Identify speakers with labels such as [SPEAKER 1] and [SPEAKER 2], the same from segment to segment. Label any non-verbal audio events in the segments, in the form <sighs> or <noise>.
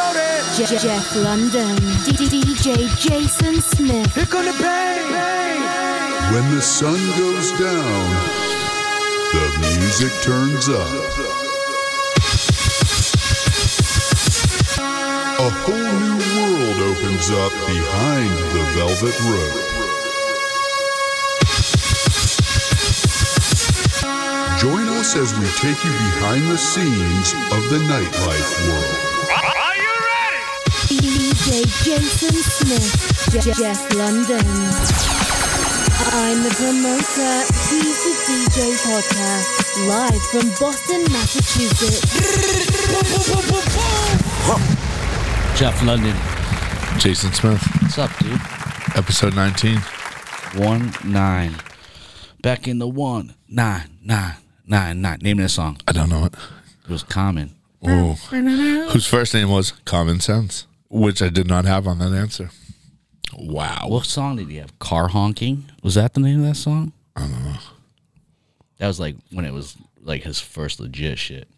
[SPEAKER 1] Je- Jeff London, D- D- DJ Jason Smith,
[SPEAKER 2] They're gonna bang,
[SPEAKER 3] When the sun goes down, the music turns up. A whole new world opens up behind the velvet rope. Join us as we take you behind the scenes of the nightlife world.
[SPEAKER 4] Are you ready?
[SPEAKER 1] DJ Jason Smith, Je- Jeff London. I'm the promoter, he's the DJ podcast, live from Boston, Massachusetts.
[SPEAKER 5] Jeff London.
[SPEAKER 6] Jason Smith,
[SPEAKER 5] What's up, dude?
[SPEAKER 6] episode 19.
[SPEAKER 5] One nine. Back in the one nine nine nine nine. Name of the song.
[SPEAKER 6] I don't know it.
[SPEAKER 5] It was common.
[SPEAKER 6] Ooh. Whose first name was Common Sense, which I did not have on that answer. Wow.
[SPEAKER 5] What song did he have? Car honking. Was that the name of that song? I don't know. That was like when it was like his first legit shit.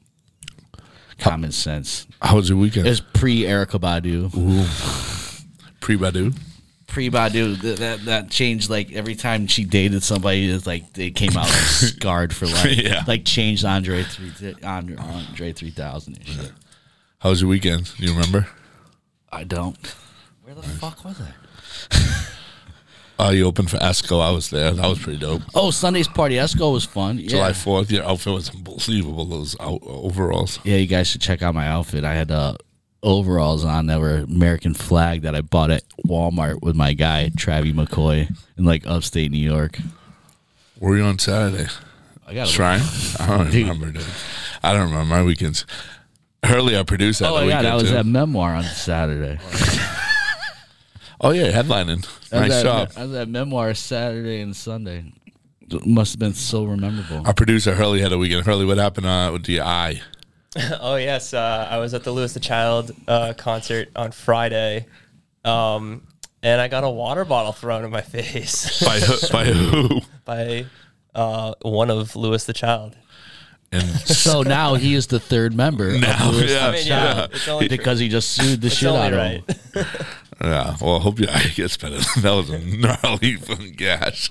[SPEAKER 5] Common sense.
[SPEAKER 6] How was your weekend?
[SPEAKER 5] It was pre Erica Badu.
[SPEAKER 6] pre Badu.
[SPEAKER 5] Pre Badu. That, that that changed like every time she dated somebody, it's like they came out like scarred for life.
[SPEAKER 6] Yeah.
[SPEAKER 5] Like changed Andre three Andre, Andre three thousand and shit.
[SPEAKER 6] How was your weekend? Do you remember?
[SPEAKER 5] I don't. Where the fuck was I?
[SPEAKER 6] Oh, you opened for Esco. I was there. That was pretty dope.
[SPEAKER 5] Oh, Sunday's party. Esco was fun. Yeah.
[SPEAKER 6] July 4th. Your outfit was unbelievable. Those out- overalls.
[SPEAKER 5] Yeah, you guys should check out my outfit. I had uh, overalls on that were American flag that I bought at Walmart with my guy Travie McCoy in like upstate New York.
[SPEAKER 6] Were you on Saturday?
[SPEAKER 5] I got
[SPEAKER 6] Shrine? I don't
[SPEAKER 5] Dude.
[SPEAKER 6] remember, dude. I don't remember my weekends. Hurley, our producer, had
[SPEAKER 5] Oh yeah,
[SPEAKER 6] the weekend.
[SPEAKER 5] that was
[SPEAKER 6] too.
[SPEAKER 5] that memoir on
[SPEAKER 6] <laughs>
[SPEAKER 5] Saturday.
[SPEAKER 6] oh, yeah, headlining.
[SPEAKER 5] That was
[SPEAKER 6] Nice
[SPEAKER 5] that,
[SPEAKER 6] job.
[SPEAKER 5] that was that memoir Saturday and Sunday. It must have been so memorable.
[SPEAKER 6] Our producer, Hurley, had a weekend. Hurley, what happened uh, with the eye?
[SPEAKER 7] Oh yes, uh, I was at the Lewis the Child uh, concert on Friday, um, and I got a water bottle thrown in my <laughs> face
[SPEAKER 6] by who, by who?
[SPEAKER 7] by uh, one of Lewis the Child.
[SPEAKER 6] <laughs> And <laughs>
[SPEAKER 5] So now he is the third member of
[SPEAKER 6] Now,
[SPEAKER 5] Lewis
[SPEAKER 6] yeah,
[SPEAKER 7] I mean, yeah, it's only true.
[SPEAKER 5] because he just sued the
[SPEAKER 7] It's
[SPEAKER 5] shit
[SPEAKER 7] only
[SPEAKER 5] out of him.
[SPEAKER 7] right.
[SPEAKER 6] yeah, well, I hope your <laughs> eye gets better. That was a gnarly fucking gash.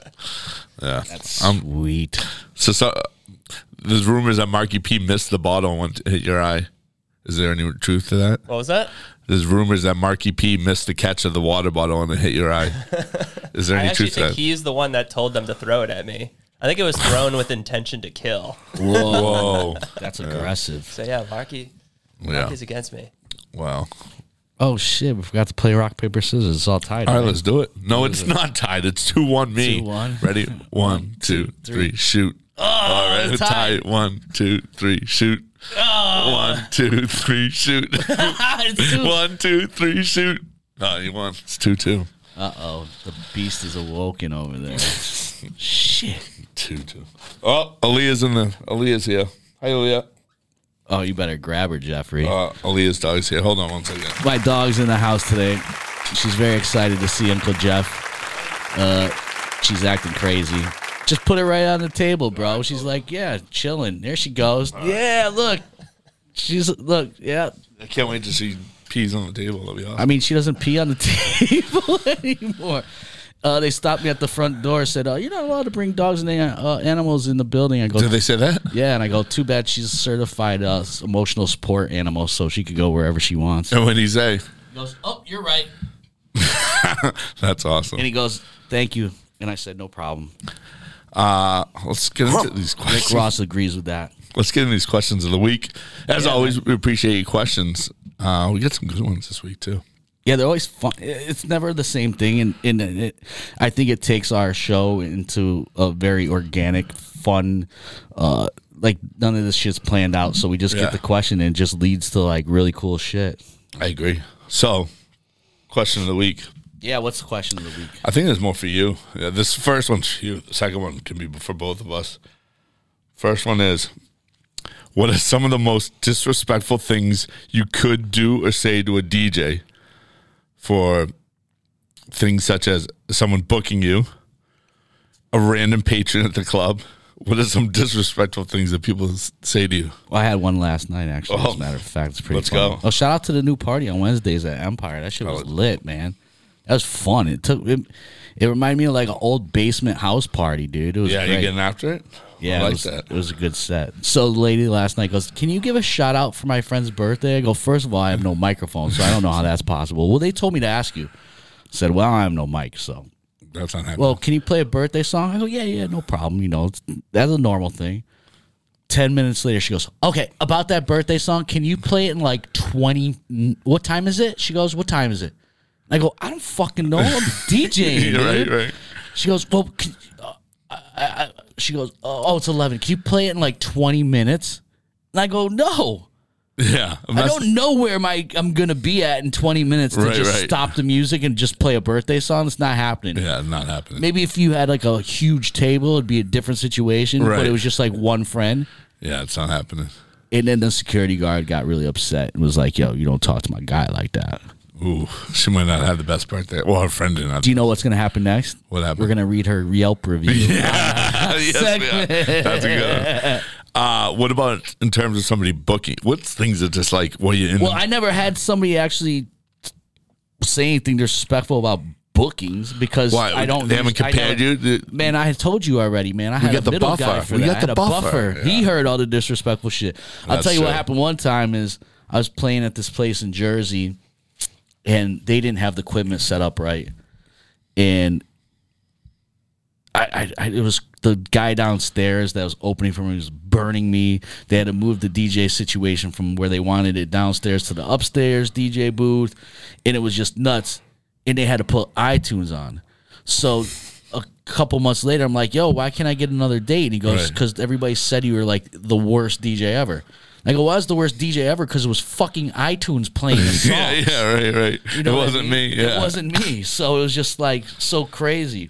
[SPEAKER 6] Yeah.
[SPEAKER 5] Sweet.
[SPEAKER 6] so, so there's rumors that Marky P missed the bottle and went to hit your eye. Is there any truth to that?
[SPEAKER 7] What was that?
[SPEAKER 6] There's rumors that Marky P missed the catch of the water bottle and it hit your
[SPEAKER 7] <laughs>
[SPEAKER 6] eye. Is there
[SPEAKER 7] I
[SPEAKER 6] any
[SPEAKER 7] actually
[SPEAKER 6] truth to
[SPEAKER 7] think
[SPEAKER 6] that?
[SPEAKER 7] he's the one that told them to throw it at me. I think it was thrown with intention to kill.
[SPEAKER 5] Whoa,
[SPEAKER 6] Whoa.
[SPEAKER 7] <laughs>
[SPEAKER 5] that's aggressive.
[SPEAKER 7] So yeah, Marky,
[SPEAKER 6] Yeah.
[SPEAKER 7] Marky's against me.
[SPEAKER 6] Wow.
[SPEAKER 5] Oh shit, we forgot to play rock paper scissors. It's all tied.
[SPEAKER 6] All right,
[SPEAKER 5] right?
[SPEAKER 6] let's do it. No, it's <laughs> not tied. It's 2 1 me.
[SPEAKER 5] 2-1.
[SPEAKER 6] Ready? <laughs> One, two, three, shoot. All
[SPEAKER 5] tied.
[SPEAKER 6] right, tied. Oh. One, two, three, shoot. One, two, three, <laughs> shoot.
[SPEAKER 5] <laughs> It's too-
[SPEAKER 6] One, two, three, shoot. No, you won. It's 2 2.
[SPEAKER 5] Uh-oh, the beast is awoken over <laughs> there. shit.
[SPEAKER 6] 2 2. Oh, Aaliyah's in the. Aaliyah's here. Hi, Aaliyah.
[SPEAKER 5] Oh, you better grab her, Jeffrey.
[SPEAKER 6] Uh, Aaliyah's dog's here. Hold on one second.
[SPEAKER 5] My dog's in the house today. She's very excited to see Uncle Jeff. Uh, she's acting crazy. Just put it right on the table, bro. She's like, yeah, chilling. There she goes. Yeah, look. She's look, yeah.
[SPEAKER 6] I can't wait to see peas on the table. That'll be awesome.
[SPEAKER 5] I mean, she doesn't pee on the <laughs> table <laughs> anymore. Uh, they stopped me at the front door. Said, "Oh, you're not allowed to bring dogs and uh, animals in the building." I go,
[SPEAKER 6] Did they say that? <laughs>
[SPEAKER 5] "Yeah," and I go, "Too bad she's a certified uh, s- emotional support animal, so she could go wherever she wants." He
[SPEAKER 6] And when he say,
[SPEAKER 5] goes, "Oh, you're right,"
[SPEAKER 6] that's awesome.
[SPEAKER 5] and he goes, "Thank you," and I said, "No problem."
[SPEAKER 6] Uh, let's get into these
[SPEAKER 5] Nick
[SPEAKER 6] questions.
[SPEAKER 5] Ross agrees with that.
[SPEAKER 6] let's get into these questions of the week. As always, we appreciate your questions. Uh, we got some good ones this week too.
[SPEAKER 5] Yeah, they're always fun. It's never the same thing, and and it, I think it takes our show into a very organic, fun. uh Like none of this shit's planned out, so we just
[SPEAKER 6] Yeah.
[SPEAKER 5] get the question and it just leads to like really cool shit.
[SPEAKER 6] I agree. So, question of the week.
[SPEAKER 5] Yeah, what's the question of the week?
[SPEAKER 6] I think there's more for you. Yeah, this first one's for you. The second one can be for both of us. First one is, what are some of the most disrespectful things you could do or say to a DJ for things such as someone booking you, a random patron at the club, What are some disrespectful things that people s- say to you?
[SPEAKER 5] Well, I had one last night, actually.
[SPEAKER 6] Oh.
[SPEAKER 5] As a matter of fact, it's pretty.
[SPEAKER 6] Let's
[SPEAKER 5] fun.
[SPEAKER 6] go. Oh,
[SPEAKER 5] Oh, shout out to the new party on Wednesdays at Empire. That shit was lit, man. That was fun. It took it. It reminded me of like an old basement house party, dude. It was
[SPEAKER 6] Yeah,
[SPEAKER 5] great.
[SPEAKER 6] you getting after it?
[SPEAKER 5] yeah,
[SPEAKER 6] I
[SPEAKER 5] it
[SPEAKER 6] like
[SPEAKER 5] was,
[SPEAKER 6] that.
[SPEAKER 5] It was a good set. So the lady last night goes, "Can you give a shout out for my friend's birthday?" I go, first of all, I have no microphone, so I don't know how that's possible." Well, they told me to ask you. Said, "Well, I have no mic, so
[SPEAKER 6] That's not happening.
[SPEAKER 5] well, can you play a birthday song? I go, yeah, yeah, no problem. You know, it's, that's a normal thing. 10 minutes later, she goes, okay, about that birthday song, can you play it in like 20? What time is it? She goes, what time is it? And I go, I don't fucking
[SPEAKER 6] <laughs>
[SPEAKER 5] know. I'm DJing. <laughs>
[SPEAKER 6] Yeah, right,
[SPEAKER 5] dude."
[SPEAKER 6] right.
[SPEAKER 5] She goes, well, can, uh, I, I, she goes, oh, oh, it's 11. Can you play it in like 20 minutes? And I go, no.
[SPEAKER 6] Yeah, I'm
[SPEAKER 5] I
[SPEAKER 6] not-
[SPEAKER 5] don't know where my I'm gonna be at in 20 minutes to
[SPEAKER 6] Right,
[SPEAKER 5] just
[SPEAKER 6] right.
[SPEAKER 5] stop the music and just play a birthday song. It's not happening.
[SPEAKER 6] Yeah, not happening.
[SPEAKER 5] Maybe if you had like a huge table, it'd be a different situation.
[SPEAKER 6] Right.
[SPEAKER 5] But it was just like one friend.
[SPEAKER 6] Yeah, it's not happening.
[SPEAKER 5] And then the security guard got really upset and was like, yo, you don't talk to my guy like that.
[SPEAKER 6] Ooh, she might not have the best birthday. Well, her friend did not. <laughs>
[SPEAKER 5] Do you know what's going to happen next?
[SPEAKER 6] What happened?
[SPEAKER 5] We're going to read her Yelp review.
[SPEAKER 6] <laughs> yeah, yes, we are. That's a good one. Uh, what about in terms of somebody booking? What's things that just like what are you in?
[SPEAKER 5] Well, I never had somebody actually say anything disrespectful about bookings because
[SPEAKER 6] Why?
[SPEAKER 5] I don't.
[SPEAKER 6] They haven't
[SPEAKER 5] I never-
[SPEAKER 6] compared you to-
[SPEAKER 5] Man, I had told you already, man. I had
[SPEAKER 6] got
[SPEAKER 5] a
[SPEAKER 6] the
[SPEAKER 5] middle
[SPEAKER 6] buffer.
[SPEAKER 5] guy for
[SPEAKER 6] We
[SPEAKER 5] that.
[SPEAKER 6] got
[SPEAKER 5] I
[SPEAKER 6] the
[SPEAKER 5] had a
[SPEAKER 6] buffer.
[SPEAKER 5] buffer. He
[SPEAKER 6] Yeah.
[SPEAKER 5] heard all the disrespectful shit. I'll
[SPEAKER 6] That's
[SPEAKER 5] tell you what
[SPEAKER 6] true.
[SPEAKER 5] happened one time is I was playing at this place in Jersey, and they didn't have the equipment set up right, and I, I, I it was the guy downstairs that was opening for me was burning me. They had to move the DJ situation from where they wanted it downstairs to the upstairs DJ booth, and it was just nuts. And they had to put iTunes on. So a couple months later, I'm like, "Yo, why can't I get another date?" And he goes,
[SPEAKER 6] Right.
[SPEAKER 5] "Because everybody said you were like the worst DJ ever." I go, "Why is the worst DJ ever?" Because it was fucking iTunes playing the song.
[SPEAKER 6] <laughs> yeah, yeah, right, right.
[SPEAKER 5] You know
[SPEAKER 6] it
[SPEAKER 5] what I
[SPEAKER 6] wasn't
[SPEAKER 5] mean?
[SPEAKER 6] me. Yeah,
[SPEAKER 5] It wasn't me. So it was just like so crazy.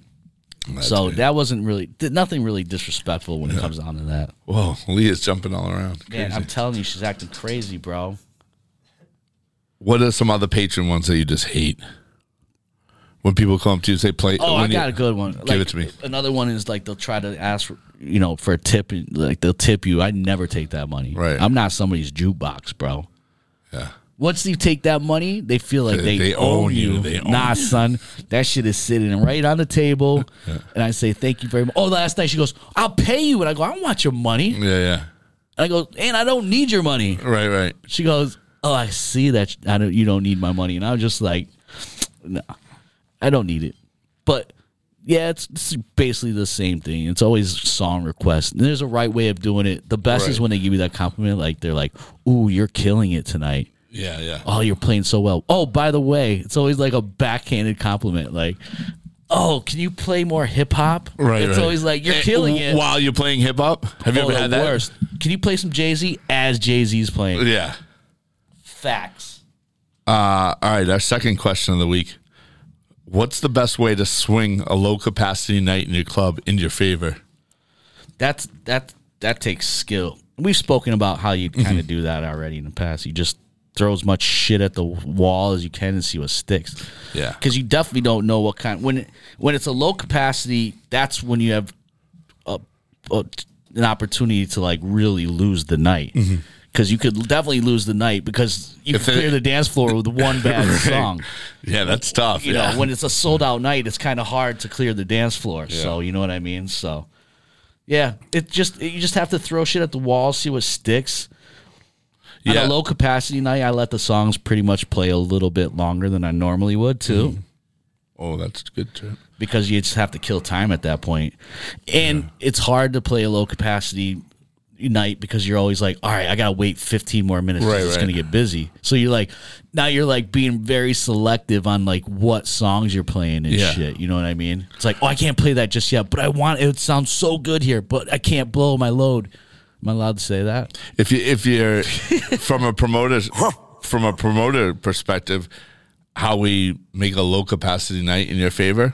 [SPEAKER 6] That's
[SPEAKER 5] so
[SPEAKER 6] good.
[SPEAKER 5] that wasn't really th- nothing really disrespectful when it comes down to that.
[SPEAKER 6] Whoa, Leah's jumping all around.
[SPEAKER 5] Man,
[SPEAKER 6] Crazy.
[SPEAKER 5] I'm telling you, she's acting crazy, bro.
[SPEAKER 6] what are some other patron ones that you just hate? When people come up to you, and say play.
[SPEAKER 5] Oh, I
[SPEAKER 6] when you-
[SPEAKER 5] got a good one. Like,
[SPEAKER 6] it to me.
[SPEAKER 5] Another one is like they'll try to ask, for, you know, for a tip. And, like they'll tip you. I never take that money.
[SPEAKER 6] Right.
[SPEAKER 5] I'm not somebody's jukebox, bro.
[SPEAKER 6] Yeah.
[SPEAKER 5] Once you take that money, they feel like they,
[SPEAKER 6] They- they
[SPEAKER 5] own,
[SPEAKER 6] own you.
[SPEAKER 5] you.
[SPEAKER 6] They own
[SPEAKER 5] nah,
[SPEAKER 6] you.
[SPEAKER 5] son, that shit is sitting right on the
[SPEAKER 6] <laughs>
[SPEAKER 5] table. And I say, thank you very much. Oh, last night she goes, I'll pay you. And I go, I don't want your money. And
[SPEAKER 6] Yeah,
[SPEAKER 5] I go, and I don't need your money.
[SPEAKER 6] yeah. Right, right.
[SPEAKER 5] She goes, "Oh, I see that sh- I don't. You don't need my money." And I'm just like, "No, I don't need it." But yeah, it's, it's basically the same thing. It's always song requests. And there's a right way of doing it. The best is
[SPEAKER 6] Right.
[SPEAKER 5] when they give you that compliment, like they're like, "Ooh, you're killing it tonight."
[SPEAKER 6] Yeah, yeah.
[SPEAKER 5] Oh, you're playing so well. Oh, by the way, it's always like a backhanded compliment, like, "Oh, can you play more hip hop?"
[SPEAKER 6] Right,
[SPEAKER 5] It's
[SPEAKER 6] right.
[SPEAKER 5] always like you're
[SPEAKER 6] Eh,
[SPEAKER 5] killing
[SPEAKER 6] w-
[SPEAKER 5] it.
[SPEAKER 6] while you're playing hip hop. Have you
[SPEAKER 5] Oh,
[SPEAKER 6] ever
[SPEAKER 5] the
[SPEAKER 6] had that?
[SPEAKER 5] worst. Can you play some Jay Z as Jay Z's playing?
[SPEAKER 6] Yeah.
[SPEAKER 5] Facts.
[SPEAKER 6] Uh, all right. Our second question of the week: What's the best way to swing a low capacity night in your club in your favor?
[SPEAKER 5] that's that that takes skill. We've spoken about how you kind
[SPEAKER 6] Mm-hmm.
[SPEAKER 5] of do that already in the past. You just throw as much shit at the wall as you can and see what sticks.
[SPEAKER 6] Yeah.
[SPEAKER 5] because you definitely don't know what kind when it, when it's a low capacity. That's when you have a, a, an opportunity to like really lose the night. Because you could definitely lose the night because you
[SPEAKER 6] Mm-hmm. If
[SPEAKER 5] could
[SPEAKER 6] it-
[SPEAKER 5] clear the dance floor with
[SPEAKER 6] <laughs>
[SPEAKER 5] one bad song
[SPEAKER 6] Yeah, that's tough.
[SPEAKER 5] you
[SPEAKER 6] yeah.
[SPEAKER 5] know, when it's a sold out night, it's kind of hard to clear the dance floor. So you know what I mean. So yeah, it just you just have to throw shit at the wall, see what sticks.
[SPEAKER 6] Yeah.
[SPEAKER 5] On a low capacity night, I let the songs pretty much play a little bit longer than I normally would too,
[SPEAKER 6] Mm-hmm. oh, that's good too.
[SPEAKER 5] because you just have to kill time at that point, and it's hard to play a low capacity night because you're always like all right i gotta wait 15 more minutes 'cause
[SPEAKER 6] Right,
[SPEAKER 5] it's
[SPEAKER 6] right.
[SPEAKER 5] gonna get busy so you're like now you're like being very selective on like what songs you're playing and
[SPEAKER 6] Yeah.
[SPEAKER 5] shit you know what i mean it's like oh i can't play that just yet but i want it sounds so good here but i can't blow my load am i allowed to say that
[SPEAKER 6] If you if
[SPEAKER 5] <laughs>
[SPEAKER 6] you're from a promoter from a promoter perspective, how we make a low capacity night in your favor,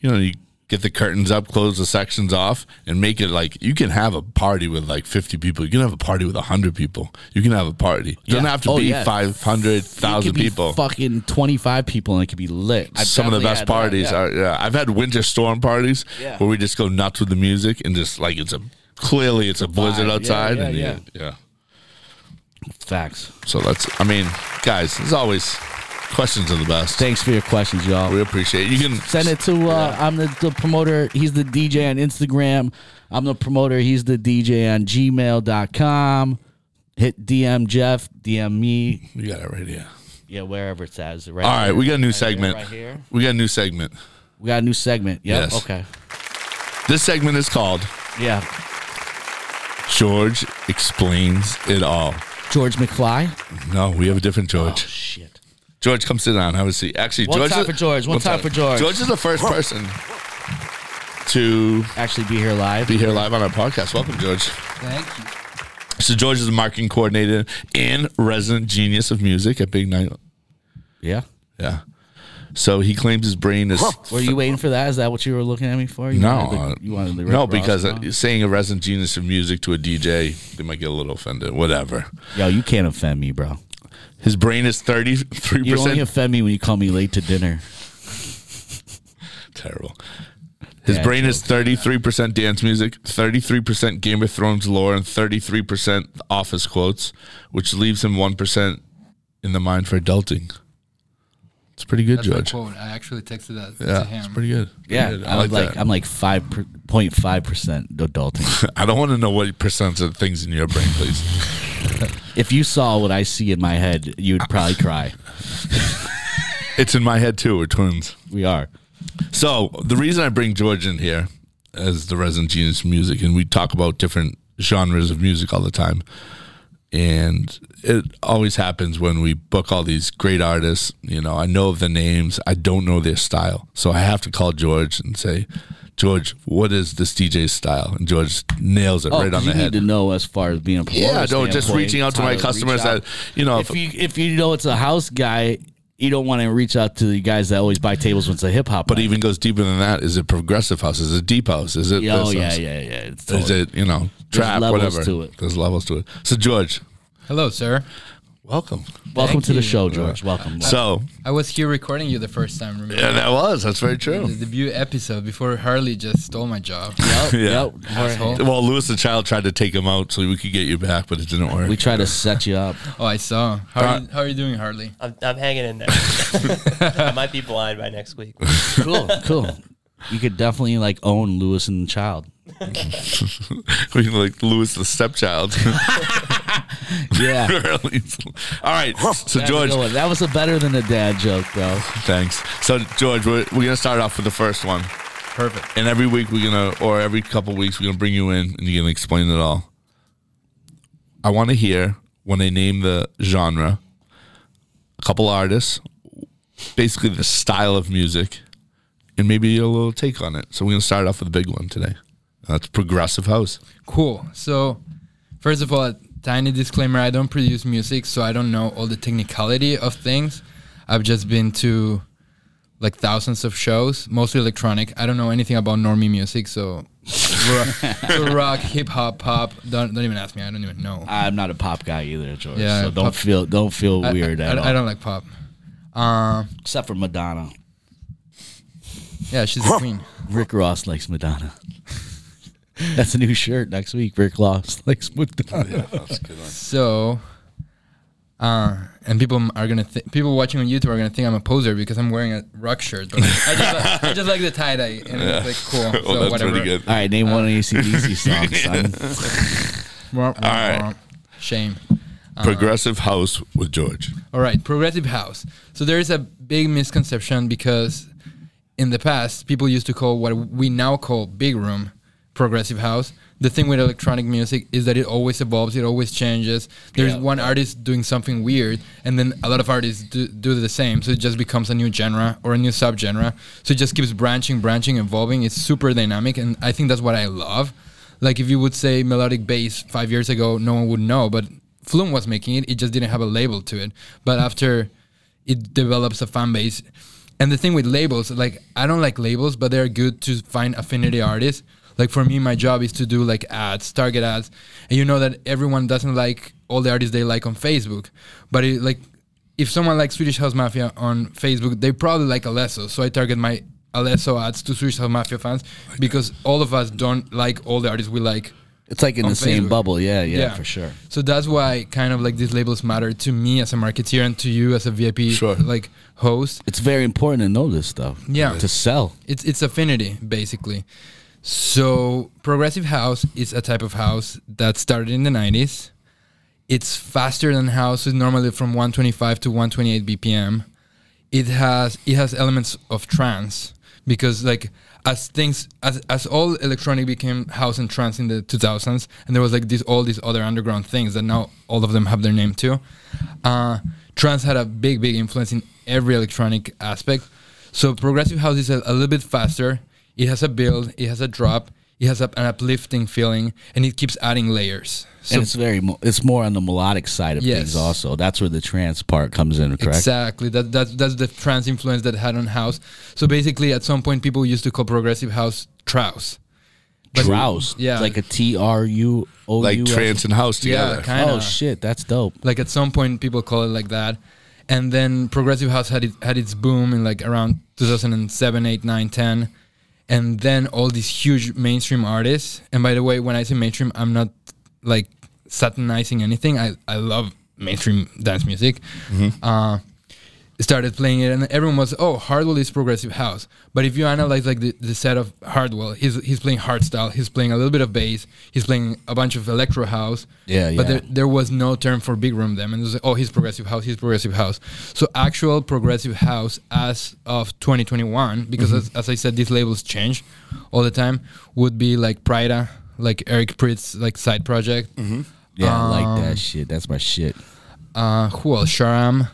[SPEAKER 6] you know, you get the curtains up, close the sections off, and make it like you can have a party with like fifty people. You can have a party with hundred people. You can have a party. It doesn't
[SPEAKER 5] Yeah.
[SPEAKER 6] have to
[SPEAKER 5] Oh,
[SPEAKER 6] be
[SPEAKER 5] yeah.
[SPEAKER 6] five hundred
[SPEAKER 5] It
[SPEAKER 6] thousand
[SPEAKER 5] could be
[SPEAKER 6] people.
[SPEAKER 5] fucking 25 people and it could be lit I've
[SPEAKER 6] Some of the
[SPEAKER 5] definitely
[SPEAKER 6] best
[SPEAKER 5] had that,
[SPEAKER 6] parties
[SPEAKER 5] yeah.
[SPEAKER 6] are. Yeah, I've had winter storm parties
[SPEAKER 5] Yeah.
[SPEAKER 6] where we just go nuts with the music and just like it's a clearly it's a blizzard
[SPEAKER 5] Yeah,
[SPEAKER 6] outside.
[SPEAKER 5] yeah,
[SPEAKER 6] and you-
[SPEAKER 5] yeah.
[SPEAKER 6] yeah.
[SPEAKER 5] Facts.
[SPEAKER 6] So that's, I mean, guys, as always, questions are the best.
[SPEAKER 5] Thanks for your questions, y'all.
[SPEAKER 6] We appreciate it. You can
[SPEAKER 5] Send it to uh, I'm the, the promoter. He's the DJ on Instagram. I'm the promoter. He's the DJ on gmail.com. Hit DM Jeff, DM me.
[SPEAKER 6] You got it right here.
[SPEAKER 5] Yeah, wherever it's at. Is it right?
[SPEAKER 6] All right, we got a new segment.
[SPEAKER 5] right here?
[SPEAKER 6] We got a new segment.
[SPEAKER 5] We got a new segment. Yeah.
[SPEAKER 6] Yes.
[SPEAKER 5] Okay.
[SPEAKER 6] This segment is called
[SPEAKER 5] Yeah.
[SPEAKER 6] George Explains It All.
[SPEAKER 5] George McFly.
[SPEAKER 6] No, we have a different
[SPEAKER 5] Oh,
[SPEAKER 6] George.
[SPEAKER 5] shit.
[SPEAKER 6] George, come sit down. Have a seat. Actually,
[SPEAKER 5] One
[SPEAKER 6] George
[SPEAKER 5] time
[SPEAKER 6] is-
[SPEAKER 5] for George. One time for George.
[SPEAKER 6] George is the first person to
[SPEAKER 5] Actually, be here live.
[SPEAKER 6] be here live on our podcast. Welcome, George.
[SPEAKER 5] Thank you.
[SPEAKER 6] So George is a marketing coordinator and resident genius of music at Big Night.
[SPEAKER 5] Yeah.
[SPEAKER 6] Yeah. So he claims his brain is
[SPEAKER 5] Were you waiting for that? Is that what you were looking at me for? You
[SPEAKER 6] no, uh,
[SPEAKER 5] wanted the- you wanted the Rick
[SPEAKER 6] no,
[SPEAKER 5] Ross
[SPEAKER 6] because
[SPEAKER 5] song?
[SPEAKER 6] uh, saying a resident genius of music to a DJ, they might get a little offended. Whatever.
[SPEAKER 5] yo, you can't offend me, bro.
[SPEAKER 6] His brain is thirty three
[SPEAKER 5] You only
[SPEAKER 6] percent
[SPEAKER 5] offend me when you call me late to dinner.
[SPEAKER 6] terrible. His
[SPEAKER 5] Dad
[SPEAKER 6] brain is thirty three percent dance music, thirty three percent Game of Thrones lore, and thirty three percent Office quotes, which leaves him one percent in the mind for adulting. It's pretty good,
[SPEAKER 2] That's
[SPEAKER 6] George.
[SPEAKER 2] my quote. I actually texted that
[SPEAKER 6] Yeah,
[SPEAKER 2] to
[SPEAKER 6] it's
[SPEAKER 2] him.
[SPEAKER 6] pretty good.
[SPEAKER 5] Yeah,
[SPEAKER 6] Pretty good.
[SPEAKER 5] I was like,
[SPEAKER 6] that.
[SPEAKER 5] I'm like five point five percent
[SPEAKER 6] <laughs>
[SPEAKER 5] adulting.
[SPEAKER 6] I don't want to know what percent of things in your brain,
[SPEAKER 5] <laughs>
[SPEAKER 6] please.
[SPEAKER 5] if you saw what I see in my head, you'd probably cry.
[SPEAKER 6] it's in my head too. We're twins.
[SPEAKER 5] We are.
[SPEAKER 6] So the reason I bring George in here as the resident genius of music, and we talk about different genres of music all the time, and it always happens when we book all these great artists. You know, I know of the names, I don't know their style, so I have to call George and say, "George, what is this DJ's style?" And George nails it
[SPEAKER 5] Oh,
[SPEAKER 6] right on
[SPEAKER 5] 'cause
[SPEAKER 6] the
[SPEAKER 5] you
[SPEAKER 6] head.
[SPEAKER 5] need to know as far as being a promoter
[SPEAKER 6] yeah, no, just
[SPEAKER 5] standpoint,
[SPEAKER 6] reaching out to
[SPEAKER 5] how
[SPEAKER 6] my
[SPEAKER 5] reach
[SPEAKER 6] customers
[SPEAKER 5] out.
[SPEAKER 6] that you know.
[SPEAKER 5] if you if you know it's a house guy, you don't want to reach out to the guys that always buy tables when it's a hip hop.
[SPEAKER 6] but
[SPEAKER 5] night.
[SPEAKER 6] even goes deeper than that. Is it progressive house? Is it deep house? Is it?
[SPEAKER 5] yeah, oh
[SPEAKER 6] this
[SPEAKER 5] yeah,
[SPEAKER 6] house?
[SPEAKER 5] yeah, yeah. It's
[SPEAKER 6] Is
[SPEAKER 5] totally-
[SPEAKER 6] it you know trap?
[SPEAKER 5] levels
[SPEAKER 6] whatever.
[SPEAKER 5] to it.
[SPEAKER 6] There's levels to it. So George,
[SPEAKER 2] Hello, sir.
[SPEAKER 6] welcome.
[SPEAKER 5] Welcome
[SPEAKER 2] Thank
[SPEAKER 5] to the
[SPEAKER 2] you.
[SPEAKER 5] show, George. Welcome.
[SPEAKER 6] So
[SPEAKER 2] I was here recording you the first time. Remember
[SPEAKER 6] yeah, that was that's very
[SPEAKER 2] the
[SPEAKER 6] true.
[SPEAKER 2] debut episode before Harley just stole my job.
[SPEAKER 5] Yep,
[SPEAKER 6] <laughs> Yeah.
[SPEAKER 5] yep.
[SPEAKER 2] Asshole.
[SPEAKER 6] Well, Lewis the child tried to take him out so we could get you back, but it didn't work.
[SPEAKER 5] We try to set you up.
[SPEAKER 2] Oh, I saw. How are, you, how are you doing, Harley?
[SPEAKER 7] I'm, I'm hanging in there. I might be blind by next week.
[SPEAKER 5] Cool, cool. You could definitely like own Lewis and the Child.
[SPEAKER 6] <laughs> we like Lewis the stepchild.
[SPEAKER 5] <laughs>
[SPEAKER 6] <laughs>
[SPEAKER 5] Yeah.
[SPEAKER 6] Really. <laughs> All right. So
[SPEAKER 5] That's a
[SPEAKER 6] George,
[SPEAKER 5] good one. that was a better than a dad joke, bro.
[SPEAKER 6] thanks. So George, we're, we're gonna start off with the first one,
[SPEAKER 2] Perfect.
[SPEAKER 6] and every week we're gonna, or every couple weeks we're gonna bring you in and you're gonna explain it all. I want to hear when they name the genre, a couple artists, basically the style of music, and maybe a little take on it. So we're gonna start off with a big one today. That's progressive house.
[SPEAKER 2] Cool. So, first of all, a tiny disclaimer: I don't produce music, so I don't know all the technicality of things. I've just been to like thousands of shows, mostly electronic. I don't know anything about normie music, so
[SPEAKER 6] <laughs>
[SPEAKER 2] rock, so rock hip hop, pop. Don't don't even ask me. I don't even know.
[SPEAKER 5] I'm not a pop guy either, George.
[SPEAKER 2] Yeah,
[SPEAKER 5] so don't
[SPEAKER 2] pop-
[SPEAKER 5] feel don't feel
[SPEAKER 2] I-
[SPEAKER 5] weird
[SPEAKER 2] I,
[SPEAKER 5] at
[SPEAKER 2] I,
[SPEAKER 5] all.
[SPEAKER 2] I don't like pop. Um,
[SPEAKER 5] Except for Madonna.
[SPEAKER 2] yeah, she's a queen.
[SPEAKER 5] Rick Ross likes Madonna. <laughs> That's a new shirt next week. Rick Ross <laughs> likes Madonna.
[SPEAKER 2] So, uh, and people m- are gonna th- people watching on YouTube are gonna think I'm a poser because I'm wearing a rock shirt. But I just, like, I just like the tie dye and it's like cool.
[SPEAKER 6] <laughs> oh,
[SPEAKER 2] so
[SPEAKER 6] that's
[SPEAKER 2] whatever.
[SPEAKER 6] pretty good.
[SPEAKER 5] All right, name one of ACDC <laughs> songs, son.
[SPEAKER 2] All
[SPEAKER 6] right.
[SPEAKER 2] Shame.
[SPEAKER 5] Uh,
[SPEAKER 6] progressive house with George.
[SPEAKER 2] All right, progressive house. So there is a big misconception because in the past people used to call what we now call big room progressive house. The thing with electronic music is that it always evolves, it always changes. There's
[SPEAKER 5] Yeah.
[SPEAKER 2] one artist doing something weird, and then a lot of artists do, do the same. So it just becomes a new genre or a new subgenre. So it just keeps branching, branching, evolving. It's super dynamic, and I think that's what I love. Like if you would say melodic bass five years ago, no one would know, but Flume was making it. It just didn't have a label to it. But after it develops a fan base. And the thing with labels, like I don't like labels, but they're good to find affinity artists. Like for me, my job is to do like ads, target ads, and you know that everyone doesn't like all the artists they like on Facebook, but it, like if someone likes Swedish House Mafia on Facebook, they probably like Alesso. So I target my Alesso ads to Swedish House Mafia fans because all of us don't like all the artists we like
[SPEAKER 5] It's like in
[SPEAKER 2] On
[SPEAKER 5] the same
[SPEAKER 2] Facebook.
[SPEAKER 5] bubble. Yeah, yeah, for sure.
[SPEAKER 2] So that's why kind of like these labels matter to me as a marketeer and to you as a VIP
[SPEAKER 6] Sure.
[SPEAKER 2] like host.
[SPEAKER 5] It's very important to know this stuff.
[SPEAKER 2] Yeah.
[SPEAKER 5] To sell.
[SPEAKER 2] It's it's affinity basically. So progressive house is a type of house that started in the 90s. It's faster than house, is normally from 125 to 128 BPM. It has it has elements of trance because like as things as as all electronic became house and trance in the 2000s and there was like these all these other underground things that now all of them have their name too. Uh, trance had a big big influence in every electronic aspect. So progressive house is a, a little bit faster. It has a build, it has a drop, it has a, an uplifting feeling, and it keeps adding layers. So
[SPEAKER 5] and it's very mo- it's more on the melodic side of
[SPEAKER 2] Yes.
[SPEAKER 5] things also. That's where the trance part comes in, correct?
[SPEAKER 2] Exactly. That that's that's the trans influence that had on house. So basically, at some point, people used to call progressive house trouse.
[SPEAKER 5] Trouse.
[SPEAKER 2] Yeah.
[SPEAKER 5] It's like a T R U O U.
[SPEAKER 6] like
[SPEAKER 5] S-
[SPEAKER 6] trance and house
[SPEAKER 2] Yeah,
[SPEAKER 6] together.
[SPEAKER 2] kinda.
[SPEAKER 5] Oh shit, that's dope.
[SPEAKER 2] Like at some point, people call it like that. And then progressive house had it had its boom in like around 2007, 8, 9, 10. And then all these huge mainstream artists. And by the way, when I say mainstream, I'm not like satanizing anything. I, I love mainstream dance music. Uh, started playing it, and everyone was, "Oh, Hardwell is progressive house." But if you analyze like the, the set of Hardwell, he's he's playing hard style, he's playing a little bit of bass, he's playing a bunch of electro house.
[SPEAKER 5] Yeah,
[SPEAKER 2] But
[SPEAKER 5] yeah.
[SPEAKER 2] there, there was no term for big room them, and it was like, "Oh, he's progressive house, he's progressive house." So actual progressive house as of 2021, because
[SPEAKER 5] Mm-hmm.
[SPEAKER 2] as, as I said, these labels change all the time, would be like Prida, like Eric Pritz, like side project.
[SPEAKER 5] Mm-hmm. Yeah, I like
[SPEAKER 2] Um,
[SPEAKER 5] that shit. That's my shit.
[SPEAKER 2] Uh, who else? Sharam.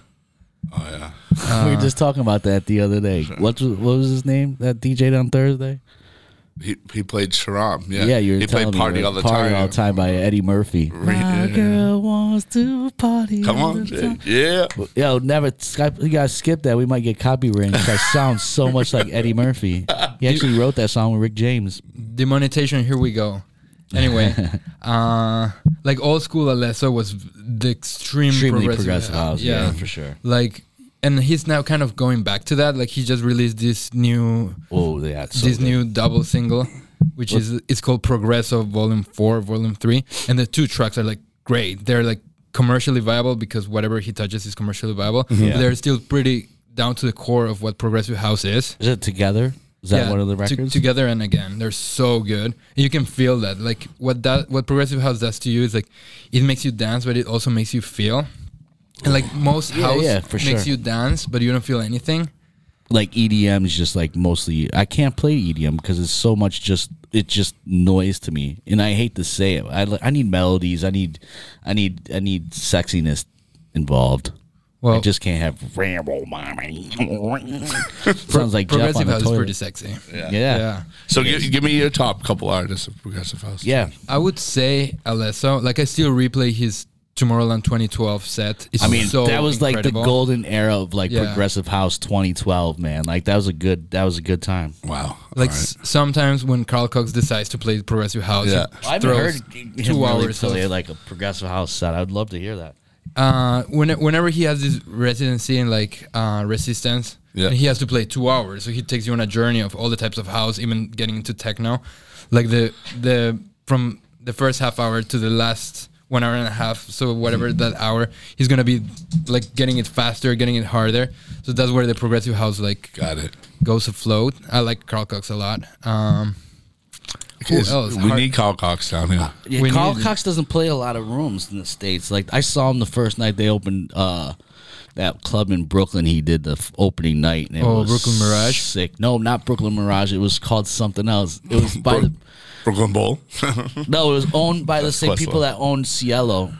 [SPEAKER 6] Oh yeah.
[SPEAKER 5] we were just talking about that the other
[SPEAKER 6] <laughs>
[SPEAKER 5] day. What was, what was his name? That DJ on Thursday?
[SPEAKER 6] He, he played Sharam. Yeah.
[SPEAKER 5] Yeah, you were
[SPEAKER 6] He
[SPEAKER 5] telling
[SPEAKER 6] played
[SPEAKER 5] me,
[SPEAKER 6] party
[SPEAKER 5] right?
[SPEAKER 6] all the
[SPEAKER 5] Party
[SPEAKER 6] time.
[SPEAKER 5] all the time by Eddie Murphy.
[SPEAKER 6] Right,
[SPEAKER 5] My
[SPEAKER 6] yeah.
[SPEAKER 5] girl wants to party.
[SPEAKER 6] Come
[SPEAKER 5] all
[SPEAKER 6] on,
[SPEAKER 5] the
[SPEAKER 6] Jay.
[SPEAKER 5] time.
[SPEAKER 6] yeah.
[SPEAKER 5] Yo, never. Skype, you gotta skip that. We might get copyrighted. 'cause I sound
[SPEAKER 6] <laughs>
[SPEAKER 5] so much like Eddie Murphy. He actually wrote that song with Rick James.
[SPEAKER 2] demonetization here we go
[SPEAKER 5] <laughs>
[SPEAKER 2] anyway uh like old school alesso was the extreme
[SPEAKER 5] Extremely
[SPEAKER 2] progressive,
[SPEAKER 5] progressive house, yeah, for sure.
[SPEAKER 2] like and he's now kind of going back to that like he just released this new
[SPEAKER 5] Oh, yeah. it's So
[SPEAKER 2] this
[SPEAKER 5] good.
[SPEAKER 2] new double single which is it's called progresso volume 4 volume 3 and the two tracks are like great they're like commercially viable because whatever he touches is commercially viable
[SPEAKER 5] Mm-hmm.
[SPEAKER 2] but they're still pretty down to the core of what progressive house is
[SPEAKER 5] Is it together? Is that one of the
[SPEAKER 2] to-
[SPEAKER 5] records?
[SPEAKER 2] together and again, they're so good. You can feel that, like what that what progressive house does to you is like it makes you dance, but it also makes you feel. And like most house
[SPEAKER 5] yeah, for
[SPEAKER 2] makes
[SPEAKER 5] sure.
[SPEAKER 2] you dance, but you don't feel anything.
[SPEAKER 5] like EDM is just like mostly I can't play E EDM because it's so much just it's just noise to me, and I hate to say it. I li- I need melodies. I need I need I need sexiness involved. I
[SPEAKER 2] Well,
[SPEAKER 5] just can't have Rambo
[SPEAKER 2] <laughs>
[SPEAKER 5] mommy. Sounds like Jeff on
[SPEAKER 2] progressive
[SPEAKER 5] the
[SPEAKER 2] house is pretty
[SPEAKER 5] toilet.
[SPEAKER 2] sexy.
[SPEAKER 5] Yeah.
[SPEAKER 2] Yeah.
[SPEAKER 5] yeah,
[SPEAKER 6] So gi- give me your top couple artists of progressive house.
[SPEAKER 2] I would say Alesso. Like I still replay his Tomorrowland 2012 set. It's
[SPEAKER 5] I mean,
[SPEAKER 2] so
[SPEAKER 5] that was
[SPEAKER 2] incredible.
[SPEAKER 5] like the golden era of like
[SPEAKER 2] Yeah.
[SPEAKER 5] progressive house 2012, man. Like that was a good that was a good time.
[SPEAKER 6] Wow.
[SPEAKER 2] Like
[SPEAKER 6] All right.
[SPEAKER 2] s- sometimes when Carl Cox decides to play progressive house,
[SPEAKER 6] Yeah.
[SPEAKER 2] he
[SPEAKER 5] I haven't
[SPEAKER 2] throws
[SPEAKER 5] heard
[SPEAKER 2] two hours of-
[SPEAKER 5] play like a progressive house set. I'd love to hear that.
[SPEAKER 2] uh, when, whenever he has his residency in like uh, resistance
[SPEAKER 6] Yeah.
[SPEAKER 2] and he has to play two hours so he takes you on a journey of all the types of house even getting into techno like the the from the first half hour to the last one hour and a half so whatever that hour he's gonna be like getting it faster getting it harder so that's where the progressive house like
[SPEAKER 6] Got it.
[SPEAKER 2] goes afloat i like carl cox a lot um who
[SPEAKER 6] Is-
[SPEAKER 2] else?
[SPEAKER 6] We
[SPEAKER 2] Har-
[SPEAKER 6] need Kyle Cox down here.
[SPEAKER 5] Yeah,
[SPEAKER 2] We
[SPEAKER 5] Carl
[SPEAKER 2] need-
[SPEAKER 5] Cox doesn't play a lot of rooms in the states. Like I saw him the first night they opened uh, that club in Brooklyn. He did the f- opening night. And it
[SPEAKER 2] Oh,
[SPEAKER 5] was
[SPEAKER 2] Brooklyn Mirage?
[SPEAKER 5] Sick. No, not Brooklyn Mirage. It was called something else. It was by the, <laughs>
[SPEAKER 6] Brooklyn Bowl.
[SPEAKER 5] no. It was owned by the
[SPEAKER 6] That's
[SPEAKER 5] same
[SPEAKER 6] Questlove.
[SPEAKER 5] people that owned Cielo.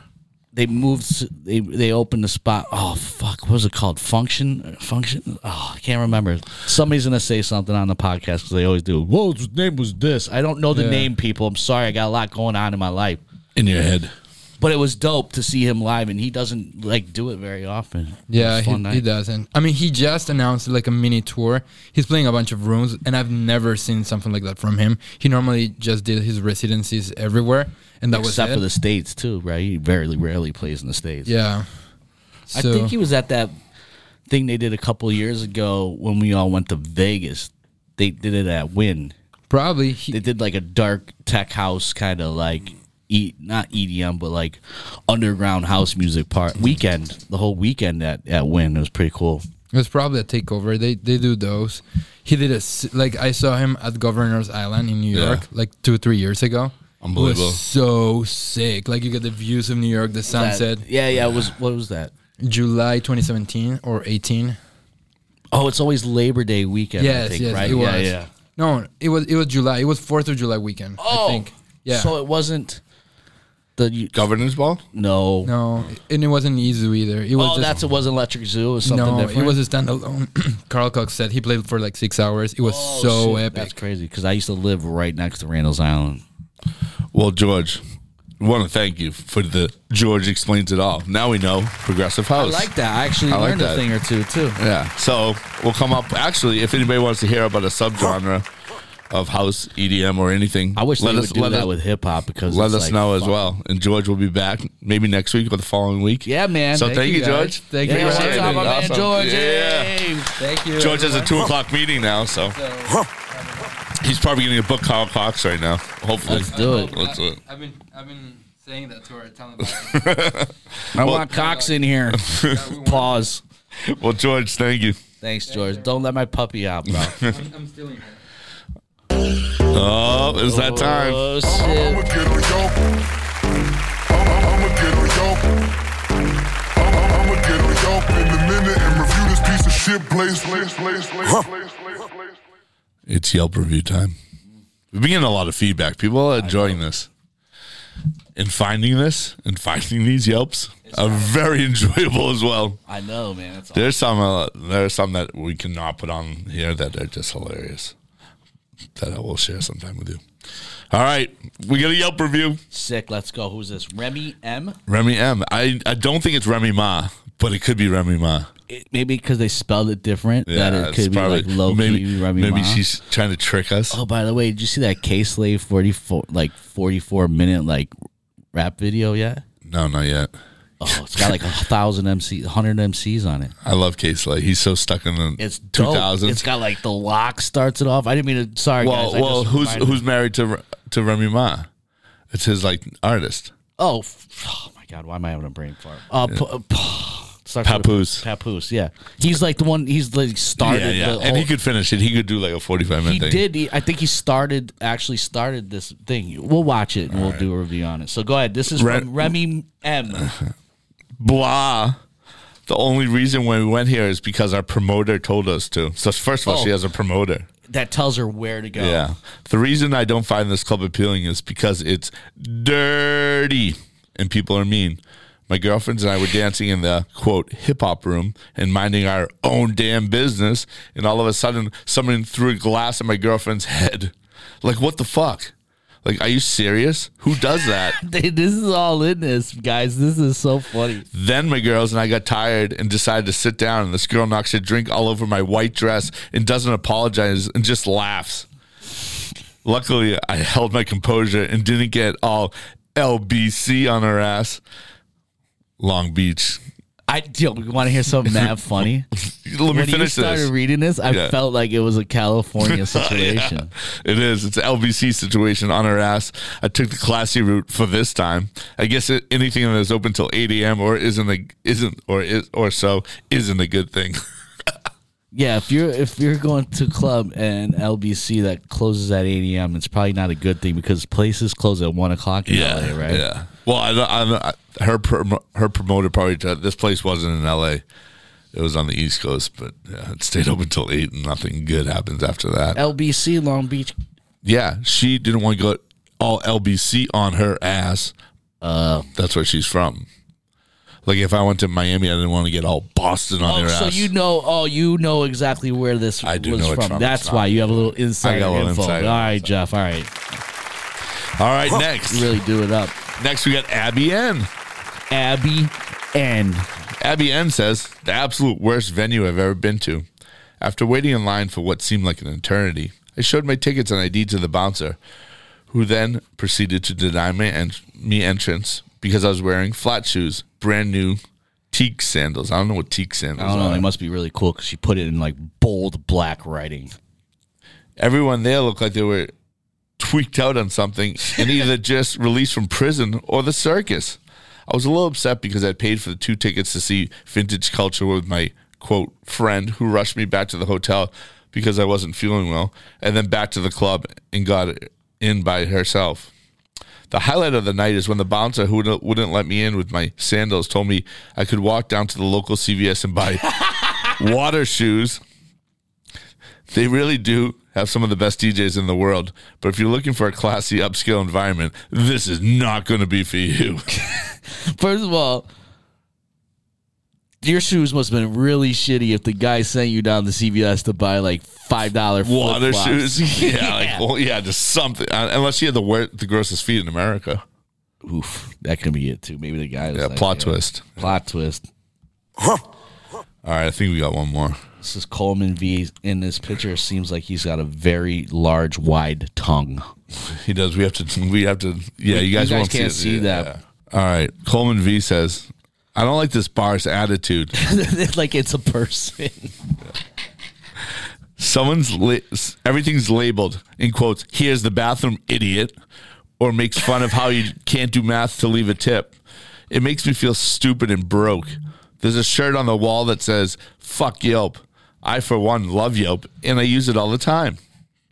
[SPEAKER 5] They moved. s- They they opened the spot. Oh fuck! What was it called? Function? Function? Oh, I can't remember. Somebody's gonna say something on the podcast because they always do. Whoa, his name was this. I don't know the
[SPEAKER 2] Yeah.
[SPEAKER 5] name, people. I'm sorry. I got a lot going on in my life.
[SPEAKER 6] In your head.
[SPEAKER 5] But it was dope to see him live, and he doesn't like do it very often.
[SPEAKER 2] Yeah,
[SPEAKER 5] It was a fun
[SPEAKER 2] he,
[SPEAKER 5] night.
[SPEAKER 2] he doesn't. I mean, he just announced like a mini tour. He's playing a bunch of rooms, and I've never seen something like that from him. He normally just did his residencies everywhere, and that
[SPEAKER 5] Except
[SPEAKER 2] was
[SPEAKER 5] for
[SPEAKER 2] it.
[SPEAKER 5] the states too, right? He very rarely plays in the states.
[SPEAKER 2] yeah. So,
[SPEAKER 5] I think he was at that thing they did a couple years ago when we all went to Vegas. They did it at Win.
[SPEAKER 2] probably he,
[SPEAKER 5] They did like a dark tech house kind of like e not EDM, but like underground house music part weekend. The whole weekend at at Win it was pretty cool.
[SPEAKER 2] It was probably a takeover. They they do those. He did a s- like I saw him at Governor's Island in New
[SPEAKER 6] Yeah.
[SPEAKER 2] York like two three years ago. It
[SPEAKER 6] Unbelievable.
[SPEAKER 2] was so sick. Like you get the views of New York, the sunset.
[SPEAKER 5] That- yeah, yeah. It was what was that?
[SPEAKER 2] July 2017 or 18.
[SPEAKER 5] Oh, it's always Labor Day weekend. I
[SPEAKER 2] Yes,
[SPEAKER 5] think,
[SPEAKER 2] yes,
[SPEAKER 5] right?
[SPEAKER 2] it was.
[SPEAKER 5] Yeah, yeah.
[SPEAKER 2] No, it was it was July. It was Fourth of July weekend. I think. Yeah.
[SPEAKER 5] Oh, So it wasn't the you,
[SPEAKER 6] Governance ball?
[SPEAKER 5] no.
[SPEAKER 2] no, and it wasn't easy either. It was
[SPEAKER 5] Oh,
[SPEAKER 2] just,
[SPEAKER 5] that's it. Wasn't Electric Zoo? It was something
[SPEAKER 2] no.
[SPEAKER 5] different.
[SPEAKER 2] It was a standalone. <clears throat> Carl Cox said he played for like six hours. It was
[SPEAKER 5] Oh,
[SPEAKER 2] so
[SPEAKER 5] shit,
[SPEAKER 2] epic.
[SPEAKER 5] That's crazy because I used to live right next to Randall's Island.
[SPEAKER 6] Well, George, we want to thank you for the George explains it all. Now we know progressive
[SPEAKER 5] I
[SPEAKER 6] house.
[SPEAKER 5] like that. I actually
[SPEAKER 6] I like
[SPEAKER 5] learned
[SPEAKER 6] that.
[SPEAKER 5] a thing or two too.
[SPEAKER 6] Yeah. So we'll come up. Actually, if anybody wants to hear about a subgenre of house EDM or anything,
[SPEAKER 5] I wish
[SPEAKER 6] let
[SPEAKER 5] they
[SPEAKER 6] us
[SPEAKER 5] would do
[SPEAKER 6] let
[SPEAKER 5] that
[SPEAKER 6] us,
[SPEAKER 5] with hip hop because
[SPEAKER 6] let
[SPEAKER 5] it's
[SPEAKER 6] us
[SPEAKER 5] like,
[SPEAKER 6] know as
[SPEAKER 5] fuck.
[SPEAKER 6] well. And George will be back maybe next week or the following week.
[SPEAKER 5] Yeah, man.
[SPEAKER 6] So thank,
[SPEAKER 5] Thank
[SPEAKER 6] you,
[SPEAKER 5] you, guys.
[SPEAKER 6] George.
[SPEAKER 2] Thank
[SPEAKER 5] Yeah,
[SPEAKER 2] you.
[SPEAKER 5] shout out my man
[SPEAKER 6] Awesome.
[SPEAKER 5] George.
[SPEAKER 6] Yeah.
[SPEAKER 5] Hey.
[SPEAKER 2] Thank you.
[SPEAKER 6] George has a
[SPEAKER 2] everyone.
[SPEAKER 6] two o'clock meeting now, so he's probably getting a book Kyle Cox right now. Hopefully,
[SPEAKER 5] Let's do it.
[SPEAKER 6] Let's do it.
[SPEAKER 2] I've been I've been saying that to her. Telling
[SPEAKER 5] I want Cox in <laughs> here. Pause.
[SPEAKER 6] <laughs> Well, George, thank you.
[SPEAKER 5] Thanks, George. Don't let my puppy out, bro.
[SPEAKER 2] I'm, I'm still in here.
[SPEAKER 6] Oh, it's that <laughs> time.
[SPEAKER 5] Oh, shit.
[SPEAKER 6] It's Yelp review time. We've been getting a lot of feedback. People are enjoying this. And finding this and finding these Yelps are very <laughs> enjoyable as well.
[SPEAKER 5] I know, man. That's awesome.
[SPEAKER 6] There's some uh, there's some that we cannot put on here that are just hilarious. That I will share sometime with you. All right, we got a Yelp review.
[SPEAKER 5] Sick. Let's go. Who's this? Remy M?
[SPEAKER 6] Remy M. I, I don't think it's Remy Ma, but it could be Remy Ma.
[SPEAKER 5] It- maybe because they spelled it different. that it
[SPEAKER 6] it's
[SPEAKER 5] could be like low
[SPEAKER 6] maybe
[SPEAKER 5] key Remy
[SPEAKER 6] maybe
[SPEAKER 5] Ma.
[SPEAKER 6] she's trying to trick us.
[SPEAKER 5] Oh, by the way, did you see that K Slave forty four like forty four minute like rap video yet?
[SPEAKER 6] No, not yet.
[SPEAKER 5] Oh, it's got like
[SPEAKER 6] <laughs>
[SPEAKER 5] a thousand MC, hundred MCs on it.
[SPEAKER 6] I love Case Slay. He's so stuck in the
[SPEAKER 5] It's
[SPEAKER 6] two
[SPEAKER 5] dope. It's
[SPEAKER 6] thousands.
[SPEAKER 5] got like the lock starts it off. I didn't mean to. Sorry,
[SPEAKER 6] Well,
[SPEAKER 5] guys. I
[SPEAKER 6] well,
[SPEAKER 5] just
[SPEAKER 6] who's
[SPEAKER 5] reminded-
[SPEAKER 6] who's married to Re- to Remy Ma? It's his like artist.
[SPEAKER 5] Oh, f- oh my God! Why am I having a brain fart? Uh, p- <sighs> uh, p- starts with a-
[SPEAKER 6] Papoose.
[SPEAKER 5] Papoose. Yeah, he's like the one. He's like started.
[SPEAKER 6] Yeah, yeah.
[SPEAKER 5] The
[SPEAKER 6] And he
[SPEAKER 5] whole-
[SPEAKER 6] could finish it. He could do like a forty five minute
[SPEAKER 5] He
[SPEAKER 6] thing.
[SPEAKER 5] did. He, I think he started actually started this thing. We'll watch it and we'll do a review on it. So go ahead. This is
[SPEAKER 6] Re-
[SPEAKER 5] from Remy M.
[SPEAKER 6] Blah. The only reason why we went here is because our promoter told us to. So first of all,
[SPEAKER 5] Oh.
[SPEAKER 6] she has a promoter.
[SPEAKER 5] that tells her where to go. <laughs>
[SPEAKER 6] Yeah. The reason I don't find this club appealing is because it's dirty and people are mean. My girlfriends and I were dancing in the quote hip hop room and minding our own damn business. And all of a sudden, someone threw a glass at my girlfriend's head. Like, what the fuck? Like, are you serious? Who does that?
[SPEAKER 5] They- this is all in this, guys. This is so funny.
[SPEAKER 6] Then my girls and I got tired and decided to sit down. And this girl knocks a drink all over my white dress and doesn't apologize and just laughs. Luckily, I held my composure and didn't get all LBC on her ass. Long Beach.
[SPEAKER 5] I do. You want to hear
[SPEAKER 6] <laughs>
[SPEAKER 5] something that funny?
[SPEAKER 6] Let me
[SPEAKER 5] When you
[SPEAKER 6] finish
[SPEAKER 5] started
[SPEAKER 6] <laughs> this.
[SPEAKER 5] reading this, I
[SPEAKER 6] Yeah.
[SPEAKER 5] felt like it was a California
[SPEAKER 6] <laughs> Yeah,
[SPEAKER 5] situation.
[SPEAKER 6] it is. It's an LBC situation on her ass. I took the classy route for this time. I guess it, anything that is open till 8 a.m. or isn't a, isn't or is or so isn't a good thing. <laughs>
[SPEAKER 5] yeah. if you're if you're going to a club and LBC that closes at 8 a.m., it's probably not a good thing because places close at one o'clock in LA, right?
[SPEAKER 6] Yeah. Well, I, don't- I, don't- I, her prom- her promoter probably t- this place wasn't in L.A. It was on the East Coast, but yeah, it stayed <laughs> open till eight, and nothing good happens after that.
[SPEAKER 5] LBC Long Beach.
[SPEAKER 6] yeah, she didn't want to go all LBC on her ass.
[SPEAKER 5] Uh.
[SPEAKER 6] That's where she's from. Like if I went to Miami, I didn't want to get all Boston on
[SPEAKER 5] Oh,
[SPEAKER 6] their
[SPEAKER 5] so
[SPEAKER 6] ass.
[SPEAKER 5] you know, oh, you know exactly where this
[SPEAKER 6] I do
[SPEAKER 5] was
[SPEAKER 6] know it's
[SPEAKER 5] from.
[SPEAKER 6] from.
[SPEAKER 5] That's
[SPEAKER 6] It's
[SPEAKER 5] why
[SPEAKER 6] not-
[SPEAKER 5] you have a little insider
[SPEAKER 6] a little
[SPEAKER 5] info.
[SPEAKER 6] insider
[SPEAKER 5] All right, Jeff. All right,
[SPEAKER 6] all right, next,
[SPEAKER 5] you really do it up.
[SPEAKER 6] next we got Abby N.
[SPEAKER 5] Abby and
[SPEAKER 6] Abby N says, the absolute worst venue I've ever been to. After waiting in line for what seemed like an eternity, I showed my tickets and ID to the bouncer, who then proceeded to deny my en- me entrance because I was wearing flat shoes, brand new teak sandals. I don't know what teak
[SPEAKER 5] I
[SPEAKER 6] sandals
[SPEAKER 5] don't know. They
[SPEAKER 6] are.
[SPEAKER 5] must be really cool because she put it in like bold black writing.
[SPEAKER 6] Everyone there looked like they were tweaked out on something and either just released from prison or the circus. I was a little upset because I paid for the two tickets to see Vintage Culture with my quote friend who rushed me back to the hotel because I wasn't feeling well and then back to the club and got in by herself. The highlight of the night is when the bouncer who wouldn't- wouldn't let me in with my sandals told me I could walk down to the local CVS and buy water shoes. They really do have some of the best DJs in the world, but if you're looking for a classy, upscale environment, this is not going to be for <laughs> you.
[SPEAKER 5] First of all, your shoes must have been really shitty if the guy sent you down to CVS to buy like five dollar
[SPEAKER 6] Water shoes, <laughs> yeah, like, well, yeah, just something. Uh, Unless you had the wor- the grossest feet in America,
[SPEAKER 5] Oof, that could be it too. Maybe the guy. Was
[SPEAKER 6] yeah,
[SPEAKER 5] like,
[SPEAKER 6] plot
[SPEAKER 5] yeah,
[SPEAKER 6] twist.
[SPEAKER 5] Plot twist.
[SPEAKER 6] All right, I think we got one more.
[SPEAKER 5] This is Coleman V. In this picture, seems like he's got a very large, wide tongue. <laughs>
[SPEAKER 6] He does. We have to. We have to. Yeah, you guys,
[SPEAKER 5] guys
[SPEAKER 6] won't
[SPEAKER 5] can't
[SPEAKER 6] it.
[SPEAKER 5] see
[SPEAKER 6] Yeah,
[SPEAKER 5] that.
[SPEAKER 6] yeah. All right, Coleman V says, "I don't like this bar's attitude.
[SPEAKER 5] like it's a person.
[SPEAKER 6] Someone's la- s- everything's labeled in quotes. Here's the bathroom, idiot, or makes fun of how you can't do math to leave a tip. It makes me feel stupid and broke. There's a shirt on the wall that says "fuck Yelp." I, for one, love Yelp, and I use it all the time.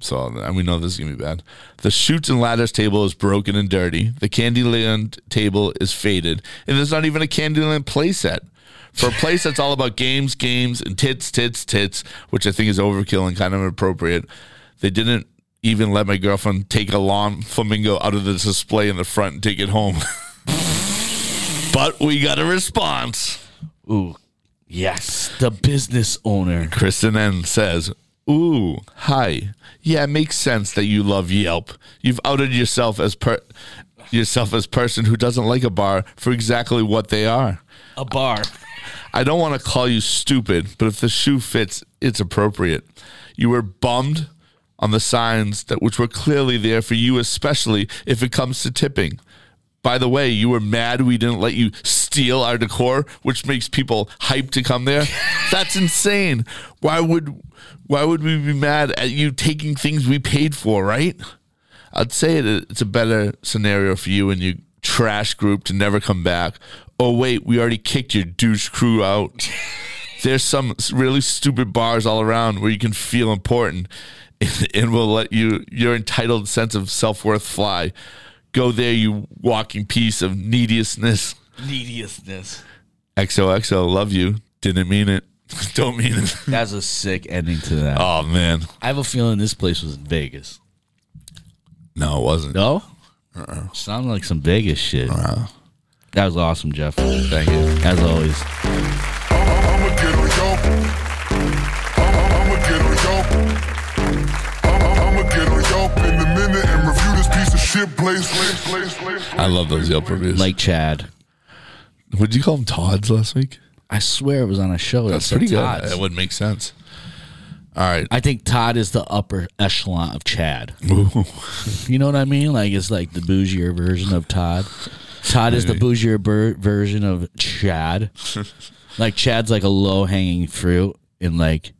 [SPEAKER 6] So and we know this is gonna be bad. The shoots and ladders table is broken and dirty. The Candyland table is faded, and there's not even a Candyland playset. For a place that's all about games, games, and tits, tits, tits, which I think is overkill and kind of inappropriate, they didn't even let my girlfriend take a lawn flamingo out of the display in the front and take it home. <laughs> but we got a response.
[SPEAKER 5] Ooh, yes, the business owner.
[SPEAKER 6] Kristen N says, Ooh, hi. Yeah, it makes sense that you love Yelp. You've outed yourself as per yourself as person who doesn't like a bar for exactly what they are.
[SPEAKER 5] A bar.
[SPEAKER 6] I don't want to call you stupid, but if the shoe fits, it's appropriate. You were bummed on the signs that which were clearly there for you, especially if it comes to tipping. By the way, you were mad we didn't let you steal our decor, which makes people hyped to come there. That's insane. Why would why would we be mad at you taking things we paid for, right? I'd say it, it's a better scenario for you and your trash group to never come back. Oh, wait, we already kicked your douche crew
[SPEAKER 5] <laughs>
[SPEAKER 6] out. There's some s- really stupid bars all around where you can feel important and, and will let you your entitled sense of self worth fly. Go there, you walking piece of neediousness.
[SPEAKER 5] Neediousness.
[SPEAKER 6] XOXO, love you. Didn't mean it. <laughs> Don't mean
[SPEAKER 5] <laughs>
[SPEAKER 6] it.
[SPEAKER 5] That's a sick ending to that.
[SPEAKER 6] Oh, man.
[SPEAKER 5] I have a feeling this place was in Vegas.
[SPEAKER 6] No, it wasn't.
[SPEAKER 5] No?
[SPEAKER 6] Uh-uh.
[SPEAKER 5] Sounded like some Vegas shit.
[SPEAKER 6] Uh-huh.
[SPEAKER 5] That was awesome, Jeff.
[SPEAKER 6] Thank you.
[SPEAKER 5] As always.
[SPEAKER 3] I'ma get on y'all. I'ma get on y'all. I'ma get on y'all in a minute and review this piece of shit place. place, place, place.
[SPEAKER 6] I love those Yelp reviews.
[SPEAKER 5] Like Chad.
[SPEAKER 6] would you call them Todd's last week?
[SPEAKER 5] I swear it was on a show.
[SPEAKER 6] That's
[SPEAKER 5] that said
[SPEAKER 6] pretty
[SPEAKER 5] Todd's.
[SPEAKER 6] good. That would make sense. All right. <laughs>
[SPEAKER 5] I think Todd is the upper echelon of Chad.
[SPEAKER 6] Ooh.
[SPEAKER 5] You know what I mean? Like it's like the bougier version of Todd. Todd is the bougier ber- version of
[SPEAKER 6] <laughs>
[SPEAKER 5] Chad. like Chad's like a low hanging fruit, and like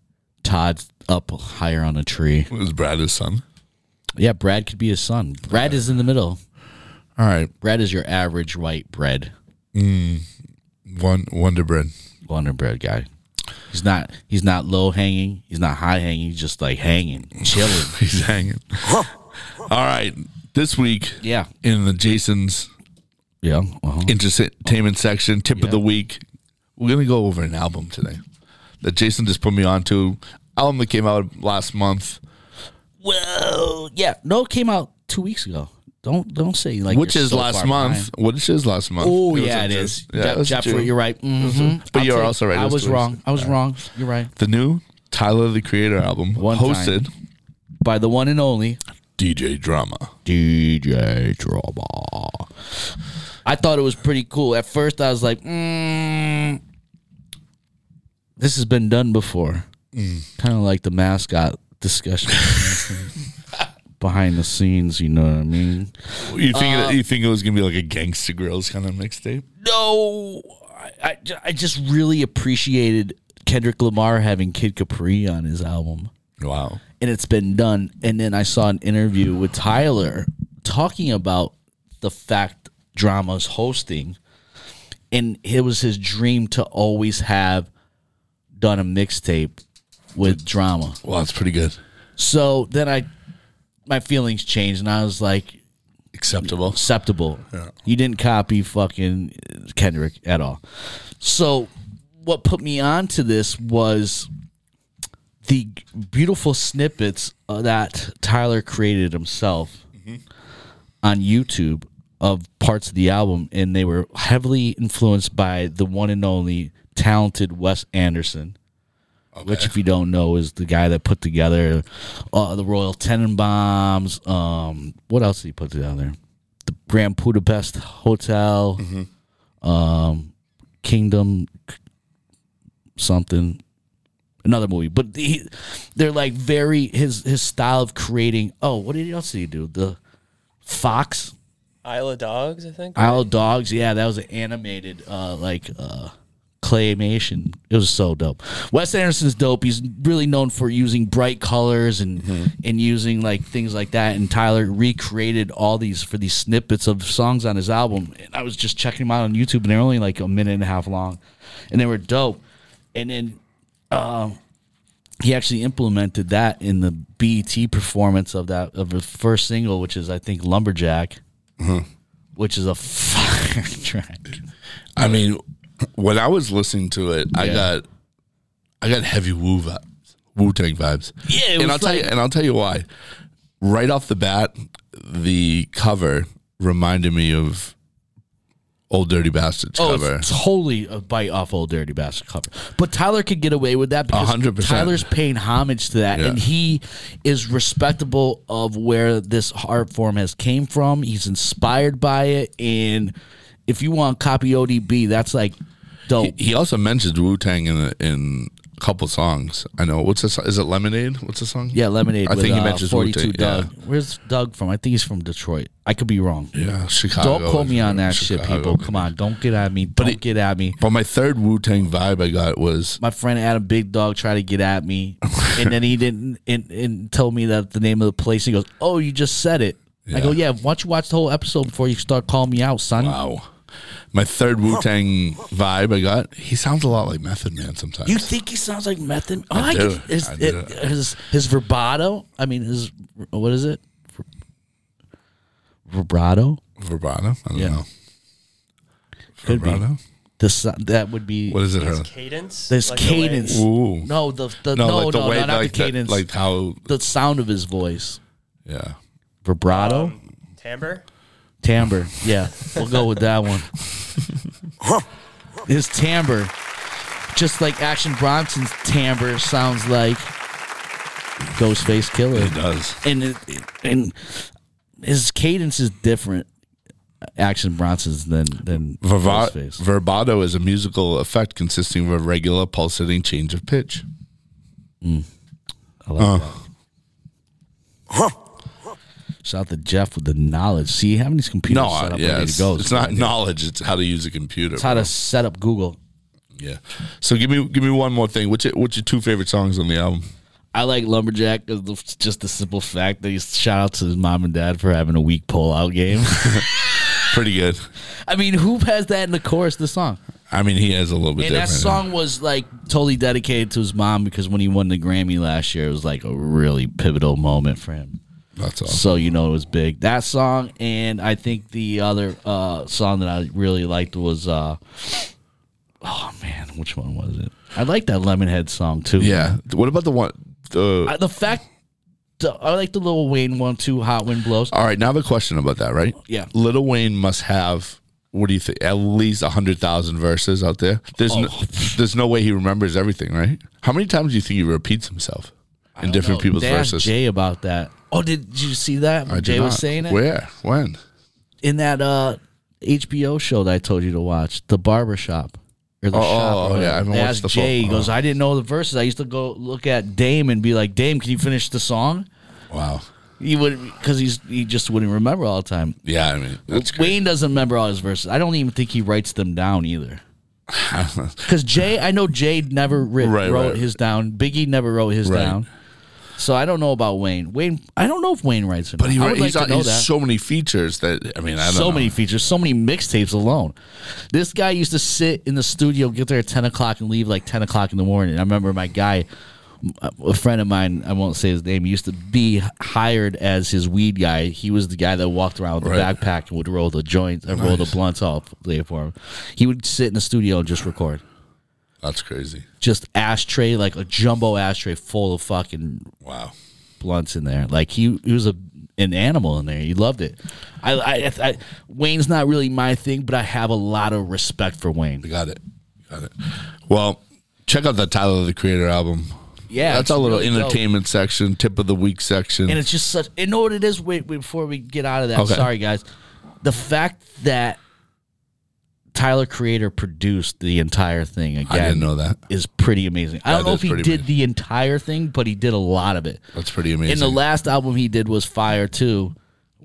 [SPEAKER 5] Todd's up higher on a tree.
[SPEAKER 6] It was Brad his son.
[SPEAKER 5] Yeah, Brad could be his son. Brad is in the middle.
[SPEAKER 6] All right.
[SPEAKER 5] Brad is your average white bread,
[SPEAKER 6] One Wonder Bread. <laughs>
[SPEAKER 5] Wonder bread guy. He's not. He's not low hanging. He's not high hanging. He's just like hanging, chilling.
[SPEAKER 6] He's hanging. All right. This week
[SPEAKER 5] yeah.
[SPEAKER 6] in the Jason's
[SPEAKER 5] Yeah. uh-huh.
[SPEAKER 6] entertainment section, tip of the week, we're gonna go over an album today that Jason just put me onto. Album that came out last month,
[SPEAKER 5] Whoa. Yeah. No, it came out two weeks ago. Don't don't say like
[SPEAKER 6] which
[SPEAKER 5] you're
[SPEAKER 6] is
[SPEAKER 5] so
[SPEAKER 6] last
[SPEAKER 5] far
[SPEAKER 6] month.
[SPEAKER 5] behind.
[SPEAKER 6] Which is last month.
[SPEAKER 5] Oh
[SPEAKER 6] It was
[SPEAKER 5] yeah,
[SPEAKER 6] in
[SPEAKER 5] it
[SPEAKER 6] June.
[SPEAKER 5] is.
[SPEAKER 6] Yeah, it
[SPEAKER 5] Jeff,
[SPEAKER 6] was in
[SPEAKER 5] Jeff,
[SPEAKER 6] June.
[SPEAKER 5] you're right. Mhm.
[SPEAKER 6] But
[SPEAKER 5] I'll
[SPEAKER 6] you're
[SPEAKER 5] take-
[SPEAKER 6] also right. It
[SPEAKER 5] I
[SPEAKER 6] was
[SPEAKER 5] was
[SPEAKER 6] two weeks
[SPEAKER 5] wrong.
[SPEAKER 6] ago.
[SPEAKER 5] I was wrong. You're right.
[SPEAKER 6] The new Tyler the Creator album,
[SPEAKER 5] One time.
[SPEAKER 6] hosted
[SPEAKER 5] By the one and only
[SPEAKER 6] DJ Drama.
[SPEAKER 5] DJ Drama. I thought it was pretty cool. At first, I was like, mm, "This has been done before."
[SPEAKER 6] Mm.
[SPEAKER 5] Kind of like the mascot
[SPEAKER 6] <laughs>
[SPEAKER 5] discussion behind the scenes. You know what I mean?
[SPEAKER 6] You think it, you think it was gonna be like a Gangsta Grills kind of mixtape?
[SPEAKER 5] no, I, I, ju- I just really appreciated Kendrick Lamar having Kid Capri on his album.
[SPEAKER 6] Wow.
[SPEAKER 5] and it's been done. And then I saw an interview with Tyler talking about the fact dramas hosting, and it was his dream to always have done a mixtape with drama.
[SPEAKER 6] Well, that's pretty good.
[SPEAKER 5] So then I, my feelings changed, and I was like,
[SPEAKER 6] Acceptable.
[SPEAKER 5] acceptable. You didn't copy fucking Kendrick at all. So what put me on to this was the beautiful snippets uh, that Tyler created himself on YouTube of parts of the album and they were heavily influenced by the one and only talented Wes Anderson. Which, if you don't know, is the guy that put together uh, the Royal Tenenbaums. Um, what else did he put together? the Grand Budapest Hotel, um, Kingdom, c- something, another movie. But he, they're like very his his style of creating. Oh, what did else did he do? The Fox
[SPEAKER 7] Isle of Dogs, I think.
[SPEAKER 5] Isle of Dogs. Yeah, that was an animated uh, like uh, claymation. It was so dope. Wes Anderson's dope. He's really known for using bright colors and and using like things like that. And Tyler recreated all these for these snippets of songs on his album. And I was just checking them out on YouTube, and they're only like a minute and a half long, and they were dope. And then um, he actually implemented that in the BET performance of that of his first single, which is I think Lumberjack, which is a fire <laughs> track.
[SPEAKER 6] I mean, when I was listening to it, I
[SPEAKER 5] Yeah.
[SPEAKER 6] got I got heavy Wu vibes, Wu Tang vibes.
[SPEAKER 5] Yeah, it
[SPEAKER 6] and
[SPEAKER 5] was
[SPEAKER 6] I'll tell you,
[SPEAKER 5] like-
[SPEAKER 6] and I'll tell you why. Right off the bat, the cover reminded me of Old Dirty Bastards
[SPEAKER 5] Oh,
[SPEAKER 6] cover.
[SPEAKER 5] it's totally a bite off old dirty bastard cover. But Tyler could get away with that because
[SPEAKER 6] 100%.
[SPEAKER 5] Tyler's paying homage to that,
[SPEAKER 6] Yeah.
[SPEAKER 5] and he is respectable of where this art form has came from. He's inspired by it, and if you want copy ODB, that's like dope.
[SPEAKER 6] He also mentions Wu Tang in the, in a couple songs. I know. What's this? Is it Lemonade? What's the song?
[SPEAKER 5] Yeah, lemonade.
[SPEAKER 6] I
[SPEAKER 5] with,
[SPEAKER 6] think he
[SPEAKER 5] uh,
[SPEAKER 6] mentions
[SPEAKER 5] 42
[SPEAKER 6] Wu-Tang, yeah.
[SPEAKER 5] Doug. Where's Doug from? I think he's from Detroit. I could be wrong.
[SPEAKER 6] Yeah, Chicago.
[SPEAKER 5] Don't quote me on that shit,
[SPEAKER 6] Chicago,
[SPEAKER 5] people.
[SPEAKER 6] maybe.
[SPEAKER 5] Come on, don't get at me. Don't
[SPEAKER 6] it-
[SPEAKER 5] get at me.
[SPEAKER 6] But my third Wu Tang vibe I got was
[SPEAKER 5] My friend Adam Big Dog tried to get at me, and then he didn't and, and told me that the name of the place. He goes, "Oh, you just said it." I go, "Yeah, why don't you watch the whole episode before you start calling me out, son?"
[SPEAKER 6] wow. My third Wu Tang vibe I got. He sounds a lot like Method Man sometimes.
[SPEAKER 5] You think he sounds like Method? Oh,
[SPEAKER 6] I
[SPEAKER 5] I
[SPEAKER 6] do.
[SPEAKER 5] can- His,
[SPEAKER 6] I
[SPEAKER 5] it-
[SPEAKER 6] do.
[SPEAKER 5] his his vibrato. I mean, his what is it? Vibrato.
[SPEAKER 6] Vibrato? I don't
[SPEAKER 5] Yeah.
[SPEAKER 6] know.
[SPEAKER 5] Could be.
[SPEAKER 6] Vibrato?
[SPEAKER 5] The so- that would be
[SPEAKER 6] What is it?
[SPEAKER 7] His
[SPEAKER 6] Her?
[SPEAKER 7] cadence.
[SPEAKER 5] This
[SPEAKER 7] like the way-
[SPEAKER 5] cadence.
[SPEAKER 6] Ooh.
[SPEAKER 5] No, the, the no, no, not
[SPEAKER 6] like
[SPEAKER 5] the cadence.
[SPEAKER 6] like how,
[SPEAKER 5] the sound of his voice,
[SPEAKER 6] yeah. Um,
[SPEAKER 5] vibrato,
[SPEAKER 7] timbre.
[SPEAKER 5] timbre. Yeah, we'll go with that one. his timbre, just like Action Bronson's timbre, sounds like Ghostface Killer.
[SPEAKER 6] It does.
[SPEAKER 5] and it, it- and his cadence is different. Action Bronson's than than
[SPEAKER 6] Verba-
[SPEAKER 5] Ghostface.
[SPEAKER 6] verbato is a musical effect consisting of a regular pulsating change of pitch.
[SPEAKER 5] I like
[SPEAKER 6] Uh.
[SPEAKER 5] that. Shout out to Jeff with the knowledge. See, having these computers
[SPEAKER 6] No,
[SPEAKER 5] set up
[SPEAKER 6] yeah,
[SPEAKER 5] ready to
[SPEAKER 6] it's,
[SPEAKER 5] go.
[SPEAKER 6] it's not knowledge. It's how to use a computer.
[SPEAKER 5] It's how to set up Google.
[SPEAKER 6] yeah. So give me give me one more thing. What's your, what's your two favorite songs on the album?
[SPEAKER 5] I like Lumberjack 'cause the- just the simple fact that he's shout out to his mom and dad for having a weak pullout game. <laughs>
[SPEAKER 6] Pretty good.
[SPEAKER 5] I mean, who has that in the chorus of the song?
[SPEAKER 6] I mean, he has a little bit
[SPEAKER 5] And that
[SPEAKER 6] different.
[SPEAKER 5] song was like totally dedicated to his mom because when he won the Grammy last year, it was like a really pivotal moment for him.
[SPEAKER 6] That's all.
[SPEAKER 5] So you know it was big. That song and I think the other uh, song that I really liked was uh, oh man, which one was it? I like that Lemonhead song too.
[SPEAKER 6] yeah. What about the one? The
[SPEAKER 5] I, the fact the, I like the Lil Wayne one too. Hot wind blows.
[SPEAKER 6] All right, now the question about that, right?
[SPEAKER 5] Yeah.
[SPEAKER 6] Little Wayne must have what do you think? At least hundred thousand verses out there. There's no,
[SPEAKER 5] Oh. <laughs>
[SPEAKER 6] there's no way he remembers everything, right? How many times do you think he repeats himself in different people's
[SPEAKER 5] they asked
[SPEAKER 6] verses?
[SPEAKER 5] Jay about that. Oh, did you see that?
[SPEAKER 6] I did
[SPEAKER 5] Jay was
[SPEAKER 6] not.
[SPEAKER 5] saying it
[SPEAKER 6] Where? When?
[SPEAKER 5] in that uh, HBO show that I told you to watch, The Barbershop. Or the
[SPEAKER 6] Oh,
[SPEAKER 5] shop,
[SPEAKER 6] oh,
[SPEAKER 5] or
[SPEAKER 6] oh, yeah, I
[SPEAKER 5] whatever.
[SPEAKER 6] haven't
[SPEAKER 5] they
[SPEAKER 6] watched
[SPEAKER 5] asked
[SPEAKER 6] the full-
[SPEAKER 5] Jay. He goes,
[SPEAKER 6] oh.
[SPEAKER 5] I didn't know the verses. I used to go look at Dame and be like, Dame, can you finish the song?
[SPEAKER 6] Wow.
[SPEAKER 5] He would because he's he just wouldn't remember all the time.
[SPEAKER 6] Yeah, I mean that's great.
[SPEAKER 5] Wayne doesn't remember all his verses. I don't even think he writes them down either.
[SPEAKER 6] <laughs>
[SPEAKER 5] Because Jay, I know Jay never writ,
[SPEAKER 6] Right,
[SPEAKER 5] wrote
[SPEAKER 6] right.
[SPEAKER 5] his down. Biggie never wrote his
[SPEAKER 6] Right.
[SPEAKER 5] down. So I don't know about Wayne. Wayne, I don't know if Wayne writes or not.
[SPEAKER 6] But he,
[SPEAKER 5] I would
[SPEAKER 6] he's
[SPEAKER 5] like
[SPEAKER 6] on,
[SPEAKER 5] to know
[SPEAKER 6] he's
[SPEAKER 5] that.
[SPEAKER 6] so many features that I mean, I don't
[SPEAKER 5] so
[SPEAKER 6] know.
[SPEAKER 5] many features, so many mixtapes alone. This guy used to sit in the studio, get there at ten o'clock, and leave like ten o'clock in the morning. I remember my guy, a friend of mine, I won't say his name, used to be hired as his weed guy. He was the guy that walked around with
[SPEAKER 6] Right.
[SPEAKER 5] the backpack and would roll the joints, and roll the blunts all day for him. He would sit in the studio and just record.
[SPEAKER 6] That's crazy.
[SPEAKER 5] Just ashtray, like a jumbo ashtray full of fucking
[SPEAKER 6] Wow.
[SPEAKER 5] blunts in there. Like he, he was a an animal in there. He loved it. I, I, I Wayne's not really my thing, but I have a lot of respect for Wayne.
[SPEAKER 6] Got it. Got it. Well, check out the Tyler the Creator album.
[SPEAKER 5] Yeah,
[SPEAKER 6] That's
[SPEAKER 5] it's
[SPEAKER 6] our little
[SPEAKER 5] really dope.
[SPEAKER 6] entertainment section, tip of the week section.
[SPEAKER 5] And it's just such. You know what it is? Wait, wait, before we get out of that,
[SPEAKER 6] Okay.
[SPEAKER 5] sorry guys. The fact that Tyler Creator produced the entire thing again
[SPEAKER 6] I didn't know that.
[SPEAKER 5] is pretty amazing. I don't
[SPEAKER 6] That
[SPEAKER 5] know
[SPEAKER 6] is
[SPEAKER 5] if he
[SPEAKER 6] pretty
[SPEAKER 5] did
[SPEAKER 6] amazing.
[SPEAKER 5] the entire thing, but he did a lot of it.
[SPEAKER 6] That's pretty amazing.
[SPEAKER 5] And the last album he did was Fire too.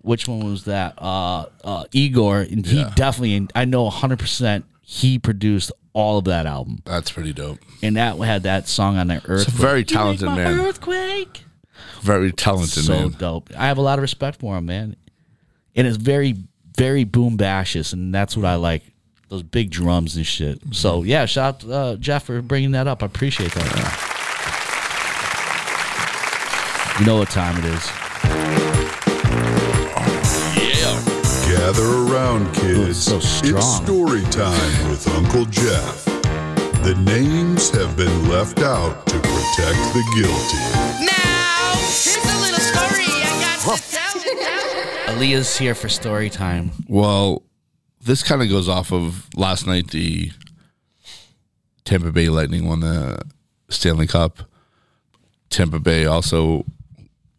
[SPEAKER 5] Which one was that? Uh, uh, Igor, and he definitely, and I know 100%, he produced all of that album.
[SPEAKER 6] That's pretty dope.
[SPEAKER 5] And that had that song on there, Earth.
[SPEAKER 6] It's a very talented man.
[SPEAKER 5] Earthquake.
[SPEAKER 6] Very talented
[SPEAKER 5] So
[SPEAKER 6] man.
[SPEAKER 5] dope. I have a lot of respect for him, man. And it's very, very boom bashes, and that's what I like. Those big drums and shit.
[SPEAKER 6] Mm-hmm.
[SPEAKER 5] So yeah, shout out to, uh, Jeff for bringing that up. I appreciate that. You know what time it is.
[SPEAKER 4] Gather around, kids.
[SPEAKER 5] so strong.
[SPEAKER 4] It's story time with Uncle Jeff. The names have been left out to protect the guilty.
[SPEAKER 8] Now, here's a little story I got to tell.
[SPEAKER 5] Aaliyah's here for story time.
[SPEAKER 6] Well, this kind of goes off of last night the Tampa Bay Lightning won the Stanley Cup. Tampa Bay also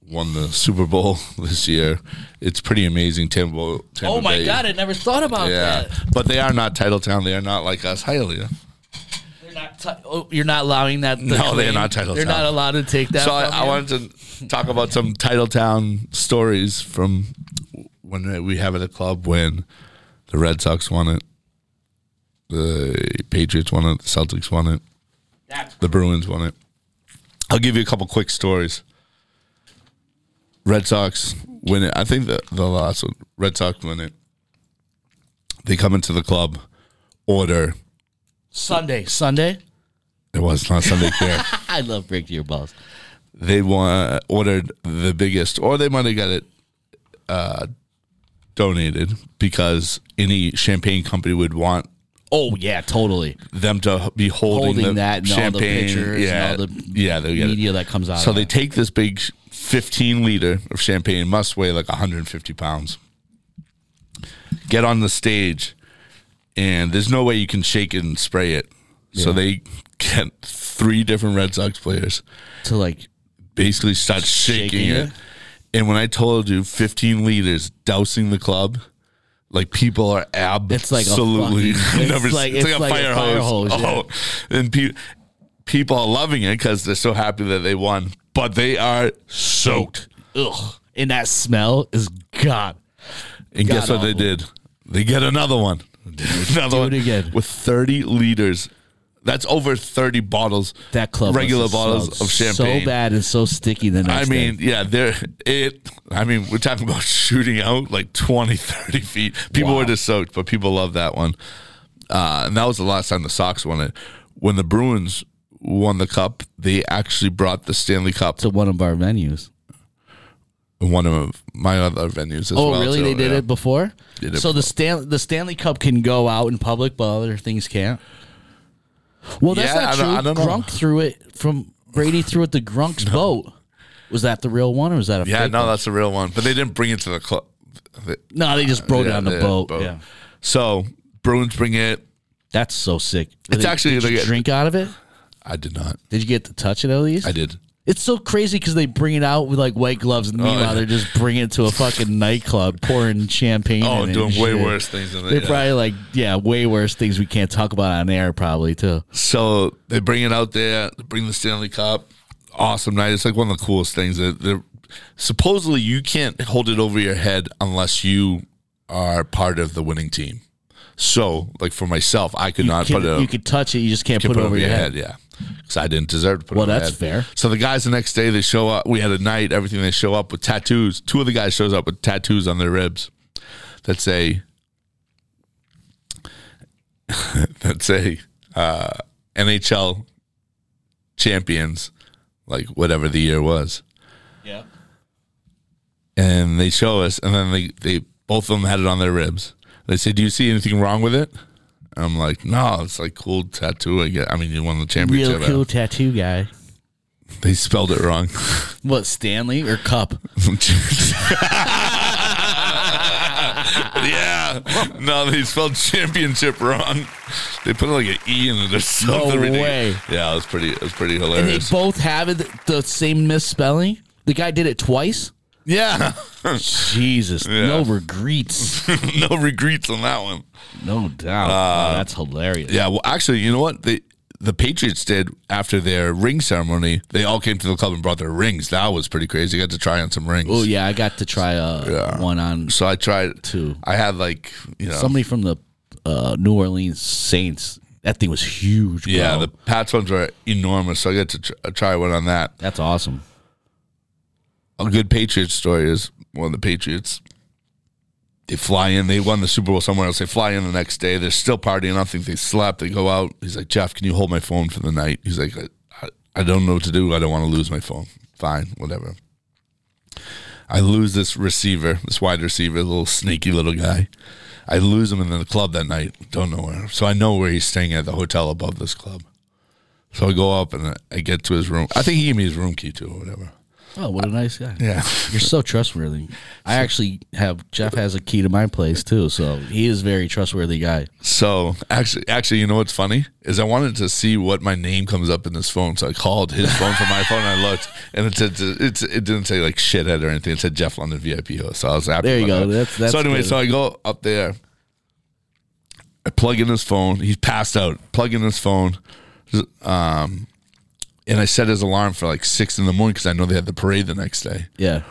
[SPEAKER 6] won the Super Bowl <laughs> this year. It's pretty amazing. Tampa, Tampa
[SPEAKER 5] oh my
[SPEAKER 6] Bay-
[SPEAKER 5] god, I never thought about
[SPEAKER 6] Yeah,
[SPEAKER 5] that.
[SPEAKER 6] but they are not title town. They are not like us. Hi, Aaliyah.
[SPEAKER 5] They're not ti- oh, you're not allowing that. the
[SPEAKER 6] No, they're not Title
[SPEAKER 5] They're
[SPEAKER 6] Town.
[SPEAKER 5] not allowed to take that.
[SPEAKER 6] so I,
[SPEAKER 5] from
[SPEAKER 6] I
[SPEAKER 5] you?
[SPEAKER 6] wanted to talk about some Titletown stories from when we have at the club when the Red Sox won it, the Patriots won it, the Celtics won it,
[SPEAKER 5] That's-
[SPEAKER 6] the Bruins won it. I'll give you a couple quick stories. Red Sox win it. I think the the last one. Red Sox win it. They come into the club, order.
[SPEAKER 5] Sunday, Sunday.
[SPEAKER 6] It was not Sunday
[SPEAKER 5] <laughs>
[SPEAKER 6] care.
[SPEAKER 5] I love break to your balls.
[SPEAKER 6] they want, ordered the biggest, or they might have got it uh, donated because any champagne company would want
[SPEAKER 5] Oh yeah, totally.
[SPEAKER 6] them to be holding,
[SPEAKER 5] Holding
[SPEAKER 6] the
[SPEAKER 5] that and all the
[SPEAKER 6] champagne.
[SPEAKER 5] pictures and
[SPEAKER 6] yeah,
[SPEAKER 5] all the
[SPEAKER 6] yeah, they'll get it.
[SPEAKER 5] media that comes out
[SPEAKER 6] So
[SPEAKER 5] of
[SPEAKER 6] they
[SPEAKER 5] that.
[SPEAKER 6] take this big 15 liter of champagne, must weigh like 150 pounds. Get on the stage, and there's no way you can shake it and spray it. So they get three different Red Sox players
[SPEAKER 5] To like,
[SPEAKER 6] basically start shaking,
[SPEAKER 5] Shaking
[SPEAKER 6] it.
[SPEAKER 5] it?
[SPEAKER 6] And when I told you 15 liters dousing the club, like people are
[SPEAKER 5] It's like a
[SPEAKER 6] absolutely
[SPEAKER 5] fucking- it's
[SPEAKER 6] <laughs> never. It's
[SPEAKER 5] like-
[SPEAKER 6] like,
[SPEAKER 5] it's
[SPEAKER 6] a, fire hose.
[SPEAKER 5] yeah.
[SPEAKER 6] Oh, and pe- people are loving it because they're so happy that they won, but they are soaked.
[SPEAKER 5] ugh, and that smell is god.
[SPEAKER 6] And
[SPEAKER 5] God
[SPEAKER 6] guess what they
[SPEAKER 5] awful.
[SPEAKER 6] did? They get another one. <laughs> another
[SPEAKER 5] it
[SPEAKER 6] one
[SPEAKER 5] again.
[SPEAKER 6] with 30 liters. That's over 30 bottles.
[SPEAKER 5] That club
[SPEAKER 6] regular
[SPEAKER 5] must have
[SPEAKER 6] bottles
[SPEAKER 5] smelled
[SPEAKER 6] of champagne.
[SPEAKER 5] so bad and so sticky. The
[SPEAKER 6] I
[SPEAKER 5] next
[SPEAKER 6] mean,
[SPEAKER 5] day.
[SPEAKER 6] yeah, there it I mean, we're talking about <laughs> shooting out like 20, 30 feet. People were just soaked, but people love that one. Uh, and that was the last time the Sox won it. When the Bruins won the cup, they actually brought the Stanley Cup
[SPEAKER 5] to
[SPEAKER 6] to
[SPEAKER 5] one of our venues.
[SPEAKER 6] one of my other venues as
[SPEAKER 5] Oh
[SPEAKER 6] well.
[SPEAKER 5] really?
[SPEAKER 6] too,
[SPEAKER 5] they did
[SPEAKER 6] yeah.
[SPEAKER 5] it before.
[SPEAKER 6] Did it
[SPEAKER 5] so the Stan- the Stanley Cup can go out in public, but other things can't. Well, that's
[SPEAKER 6] Yeah,
[SPEAKER 5] not
[SPEAKER 6] I
[SPEAKER 5] true.
[SPEAKER 6] don't- I don't know.
[SPEAKER 5] Grunk threw it from Brady threw it to
[SPEAKER 6] <laughs>
[SPEAKER 5] Grunk's boat. Was that the real one or was that a
[SPEAKER 6] Yeah,
[SPEAKER 5] fake
[SPEAKER 6] no,
[SPEAKER 5] one?
[SPEAKER 6] that's a real one. But they didn't bring it to the club.
[SPEAKER 5] no, they just brought it on the boat. Yeah,
[SPEAKER 6] So Bruins bring it.
[SPEAKER 5] that's so sick.
[SPEAKER 6] It's
[SPEAKER 5] Did-
[SPEAKER 6] actually
[SPEAKER 5] did you
[SPEAKER 6] like a-
[SPEAKER 5] drink out of it.
[SPEAKER 6] I did not.
[SPEAKER 5] Did you get to touch it at least?
[SPEAKER 6] I did. Oh,
[SPEAKER 5] It's so crazy because they bring it out with like white gloves, and meanwhile
[SPEAKER 6] yeah.
[SPEAKER 5] they're just bringing it to a fucking nightclub, pouring champagne.
[SPEAKER 6] <laughs> Oh,
[SPEAKER 5] in it
[SPEAKER 6] doing
[SPEAKER 5] and
[SPEAKER 6] way
[SPEAKER 5] shit.
[SPEAKER 6] worse things than that.
[SPEAKER 5] They're
[SPEAKER 6] yeah.
[SPEAKER 5] probably like, yeah, way worse things we can't talk about on air, probably too.
[SPEAKER 6] So they bring it out there, they bring the Stanley Cup. Awesome night. It's like one of the coolest things. That they're, supposedly you can't hold it over your head unless you are part of the winning team. So, like for myself, I could
[SPEAKER 5] You
[SPEAKER 6] not
[SPEAKER 5] can,
[SPEAKER 6] put it.
[SPEAKER 5] uh, you could touch it, you just can't
[SPEAKER 6] can't
[SPEAKER 5] put it over your head.
[SPEAKER 6] Yeah. because I didn't deserve to put.
[SPEAKER 5] Well,
[SPEAKER 6] it on my
[SPEAKER 5] that's fair.
[SPEAKER 6] head. So the guys the next day they show up. We had a night. Everything they show up with tattoos. Two of the guys shows up with tattoos on their ribs that say <laughs> that say uh, NHL champions, like whatever the year was
[SPEAKER 5] Yeah.
[SPEAKER 6] and they show us, and then they, they both of them had it on their ribs. They say, "Do you see anything wrong with it?" I'm like, "No, it's like cool tattoo. I get. I mean, you won the
[SPEAKER 5] Real
[SPEAKER 6] championship."
[SPEAKER 5] cool tattoo guy.
[SPEAKER 6] They spelled it
[SPEAKER 5] <laughs>
[SPEAKER 6] wrong.
[SPEAKER 5] What, Stanley or Cup?
[SPEAKER 6] yeah, no, they spelled championship wrong. They put like an e in it or something. ridiculous.
[SPEAKER 5] way.
[SPEAKER 6] Yeah, it was pretty. It was pretty
[SPEAKER 5] And they <laughs>
[SPEAKER 6] hilarious.
[SPEAKER 5] both have it, the same misspelling? The guy did it twice?
[SPEAKER 6] yeah,
[SPEAKER 5] Jesus. No <laughs> regrets.
[SPEAKER 6] <laughs> no regrets on that one.
[SPEAKER 5] No doubt. Oh, that's hilarious.
[SPEAKER 6] Yeah, well, actually, you know what? The the Patriots did after their ring ceremony. They all came to the club and brought their rings. That was pretty crazy. I got to try on some rings.
[SPEAKER 5] Oh, yeah. I got to try uh, one on
[SPEAKER 6] So I tried
[SPEAKER 5] Two.
[SPEAKER 6] I had like you know
[SPEAKER 5] somebody from the uh, New Orleans Saints. That thing was huge. Bro.
[SPEAKER 6] yeah the Pats ones were enormous. So I got to tr- try one on that.
[SPEAKER 5] that's awesome.
[SPEAKER 6] a good Patriots story is one of the Patriots. They fly in. They won the Super Bowl somewhere else. They fly in the next day. They're still partying. I don't think they slept. They go out. He's like, Jeff, can you hold my phone for the night? He's like, I, I, I don't know what to do. I don't want to lose my phone. Fine, whatever. I lose this receiver, this wide receiver, little sneaky little guy. I lose him in the club that night. Don't know where. So I know where he's staying at the hotel above this club. So I go up and I get to his room. I think he gave me his room key too, or whatever.
[SPEAKER 5] Oh, what a nice guy.
[SPEAKER 6] Yeah.
[SPEAKER 5] You're so trustworthy. I actually have Jeff has a key to my place too, so he is a very trustworthy guy.
[SPEAKER 6] So actually, actually, you know what's funny is I wanted to see what my name comes up in this phone. So I called his phone from my phone. And I looked, and it said it's it didn't say like shithead or anything. It said Jeff London VIP host. So I was happy.
[SPEAKER 5] There you
[SPEAKER 6] about
[SPEAKER 5] go.
[SPEAKER 6] that.
[SPEAKER 5] That's- that's
[SPEAKER 6] so anyway.
[SPEAKER 5] good.
[SPEAKER 6] So I go up there. I plug in his phone. He's passed out. Plug in his phone. Um, and I set his alarm for like six in the morning because I know they had the parade the next day.
[SPEAKER 5] Yeah.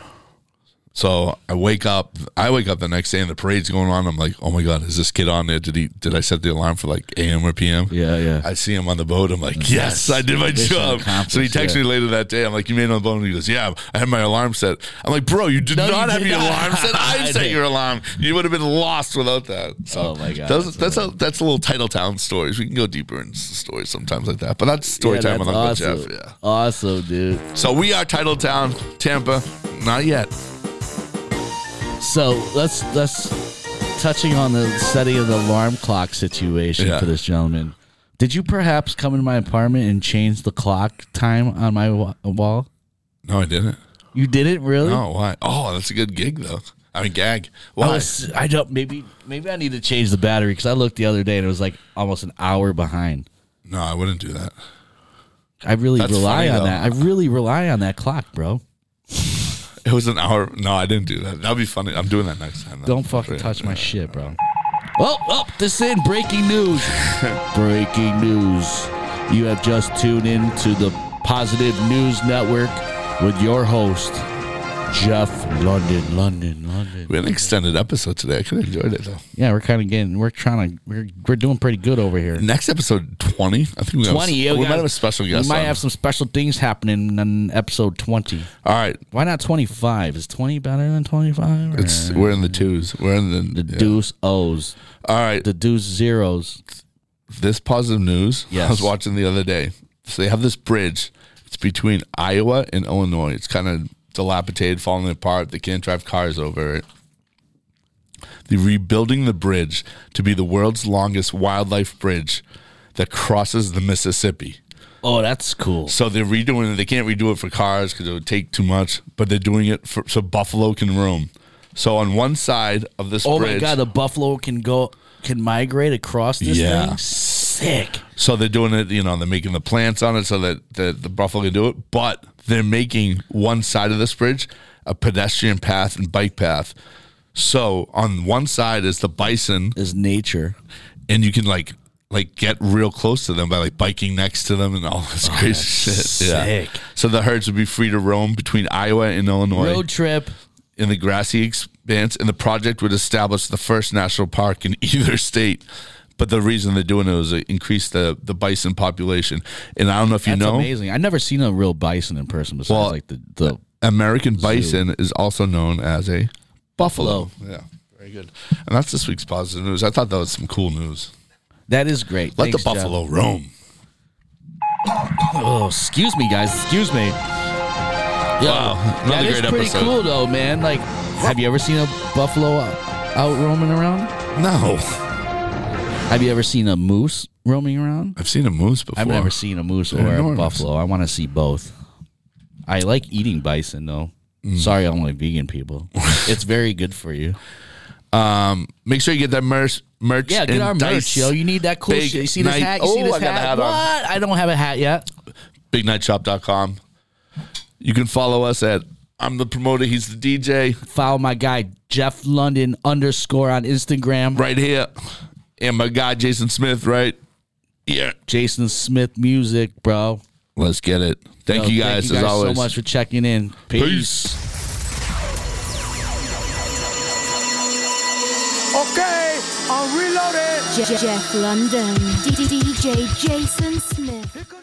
[SPEAKER 6] So I wake up. I wake up the next day and the parade's going on. I'm like, oh my god, is this kid on there? Did he? Did I set the alarm for like a.m. or p.m.?
[SPEAKER 5] Yeah, yeah.
[SPEAKER 6] I see him on the boat. I'm like, yes, I did my
[SPEAKER 5] Mission
[SPEAKER 6] job. So he
[SPEAKER 5] accomplished,
[SPEAKER 6] texts
[SPEAKER 5] yeah.
[SPEAKER 6] me later that day. I'm like, you made it on the boat. And he goes, yeah, I had my alarm set. I'm like, bro, you did
[SPEAKER 5] No, you
[SPEAKER 6] not have
[SPEAKER 5] did
[SPEAKER 6] your
[SPEAKER 5] not.
[SPEAKER 6] alarm
[SPEAKER 5] <laughs>
[SPEAKER 6] set.
[SPEAKER 5] I
[SPEAKER 6] I set
[SPEAKER 5] did.
[SPEAKER 6] your alarm. You would have been lost without that. So
[SPEAKER 5] Oh, my God,
[SPEAKER 6] those-
[SPEAKER 5] that's
[SPEAKER 6] that's a that's a little title town stories. We can go deeper in s- stories sometimes like that. But that's story
[SPEAKER 5] Yeah,
[SPEAKER 6] time
[SPEAKER 5] that's
[SPEAKER 6] with Uncle
[SPEAKER 5] awesome.
[SPEAKER 6] Jeff. Yeah.
[SPEAKER 5] Awesome, dude.
[SPEAKER 6] So we are title town, Tampa. Not yet.
[SPEAKER 5] So let's let's touching on the study of the alarm clock situation
[SPEAKER 6] Yeah.
[SPEAKER 5] for this gentleman. Did you perhaps come into my apartment and change the clock time on my wa- wall?
[SPEAKER 6] No, I didn't.
[SPEAKER 5] You didn't really?
[SPEAKER 6] Oh, why? Oh, that's a good gig though. I mean, gag.
[SPEAKER 5] I,
[SPEAKER 6] Why?
[SPEAKER 5] was, I don't maybe maybe I need to change the battery because I looked the other day and it was like almost an hour behind.
[SPEAKER 6] no, I wouldn't do that.
[SPEAKER 5] I really
[SPEAKER 6] That's
[SPEAKER 5] rely
[SPEAKER 6] funny,
[SPEAKER 5] on
[SPEAKER 6] though.
[SPEAKER 5] that. I really rely on that clock, bro.
[SPEAKER 6] It was an hour. No, I didn't do that. That'd be funny. I'm doing that next time. though.
[SPEAKER 5] Don't fucking touch my shit, bro. Well, oh, this in breaking
[SPEAKER 6] <laughs>
[SPEAKER 5] news. breaking news. You have just tuned in to the Positive News Network with your host, Jeff London, London, London.
[SPEAKER 6] We had an extended episode today. I could have enjoyed it though.
[SPEAKER 5] Yeah, we're kind of getting, we're trying to, we're, we're doing pretty good over here.
[SPEAKER 6] Next episode twenty. I think we have-
[SPEAKER 5] 20. yeah,
[SPEAKER 6] we
[SPEAKER 5] got-
[SPEAKER 6] might have a special guest.
[SPEAKER 5] We might
[SPEAKER 6] on.
[SPEAKER 5] have some special things happening in episode 20.
[SPEAKER 6] All right.
[SPEAKER 5] Why not 25? Is 20 better than 25? Or
[SPEAKER 6] It's we're in the twos. We're in the,
[SPEAKER 5] the
[SPEAKER 6] yeah.
[SPEAKER 5] deuce O's,
[SPEAKER 6] All right.
[SPEAKER 5] the deuce zeros.
[SPEAKER 6] this positive news. <laughs> I
[SPEAKER 5] Yes.
[SPEAKER 6] was watching the other day. So they have this bridge. It's between Iowa and Illinois. It's kind of dilapidated, falling apart. They can't drive cars over it. They're rebuilding the bridge to be the world's longest wildlife bridge that crosses the Mississippi.
[SPEAKER 5] Oh, that's cool.
[SPEAKER 6] So they're redoing it. They can't redo it for cars because it would take too much. But they're doing it for, so buffalo can roam. So on one side of this
[SPEAKER 5] Oh
[SPEAKER 6] bridge,
[SPEAKER 5] my god, the buffalo can go can migrate across this
[SPEAKER 6] Yeah.
[SPEAKER 5] thing. Sick.
[SPEAKER 6] So they're doing it, you know, they're making the plants on it so that the, the buffalo can do it. But they're making one side of this bridge a pedestrian path and bike path. So on one side is the bison,
[SPEAKER 5] Is nature.
[SPEAKER 6] and you can like like get real close to them by like biking next to them and all this crazy shit.
[SPEAKER 5] sick.
[SPEAKER 6] Yeah. So the herds would be free to roam between Iowa and Illinois
[SPEAKER 5] Road trip.
[SPEAKER 6] in the <laughs> grassy expanse, and the project would establish the first national park in either state. But the reason they're doing it is to increase the, the bison population. And I don't know if you
[SPEAKER 5] That's
[SPEAKER 6] know,
[SPEAKER 5] amazing. I've never seen a real bison in person besides
[SPEAKER 6] Well,
[SPEAKER 5] like the, the
[SPEAKER 6] American bison is also known as a buffalo.
[SPEAKER 5] Buffalo.
[SPEAKER 6] Yeah, very good. And that's this week's positive news. I thought that was some cool news.
[SPEAKER 5] That is great.
[SPEAKER 6] Let
[SPEAKER 5] Thanks,
[SPEAKER 6] the
[SPEAKER 5] Jeff.
[SPEAKER 6] buffalo roam.
[SPEAKER 5] Oh, excuse me, guys. Excuse me.
[SPEAKER 6] Wow,
[SPEAKER 5] That
[SPEAKER 6] another
[SPEAKER 5] is
[SPEAKER 6] great
[SPEAKER 5] pretty
[SPEAKER 6] episode.
[SPEAKER 5] cool, though, man. Like, have you ever seen a buffalo out, out roaming around?
[SPEAKER 6] No,
[SPEAKER 5] Have you ever seen a moose roaming around?
[SPEAKER 6] I've seen a moose before.
[SPEAKER 5] I've never seen a moose or
[SPEAKER 6] They're
[SPEAKER 5] a
[SPEAKER 6] enormous.
[SPEAKER 5] buffalo. I want to see both. I like eating bison, though.
[SPEAKER 6] Mm.
[SPEAKER 5] Sorry, only vegan
[SPEAKER 6] <laughs>
[SPEAKER 5] people. it's very good for you.
[SPEAKER 6] Make sure you get that merch. merch
[SPEAKER 5] Yeah, get
[SPEAKER 6] and
[SPEAKER 5] our merch,
[SPEAKER 6] dice.
[SPEAKER 5] yo. You need that cool
[SPEAKER 6] Big
[SPEAKER 5] shit. You see this
[SPEAKER 6] night-
[SPEAKER 5] hat? You see
[SPEAKER 6] Oh,
[SPEAKER 5] this
[SPEAKER 6] I got a
[SPEAKER 5] hat?
[SPEAKER 6] hat on.
[SPEAKER 5] what? I don't have a hat yet.
[SPEAKER 6] bignightshop.com. You can follow us at I'm the promoter, he's the DJ,
[SPEAKER 5] Follow my guy Jeff London underscore on Instagram.
[SPEAKER 6] right here. And my guy Jason Smith, right? Yeah.
[SPEAKER 5] Jason Smith Music, bro.
[SPEAKER 6] Let's get it. Thank
[SPEAKER 5] Yo,
[SPEAKER 6] you guys, as always.
[SPEAKER 5] so much for checking in. Peace.
[SPEAKER 6] Peace.
[SPEAKER 9] Okay, I'm reloaded.
[SPEAKER 1] Je- Jeff London, DJ Jason Smith.
[SPEAKER 9] Here comes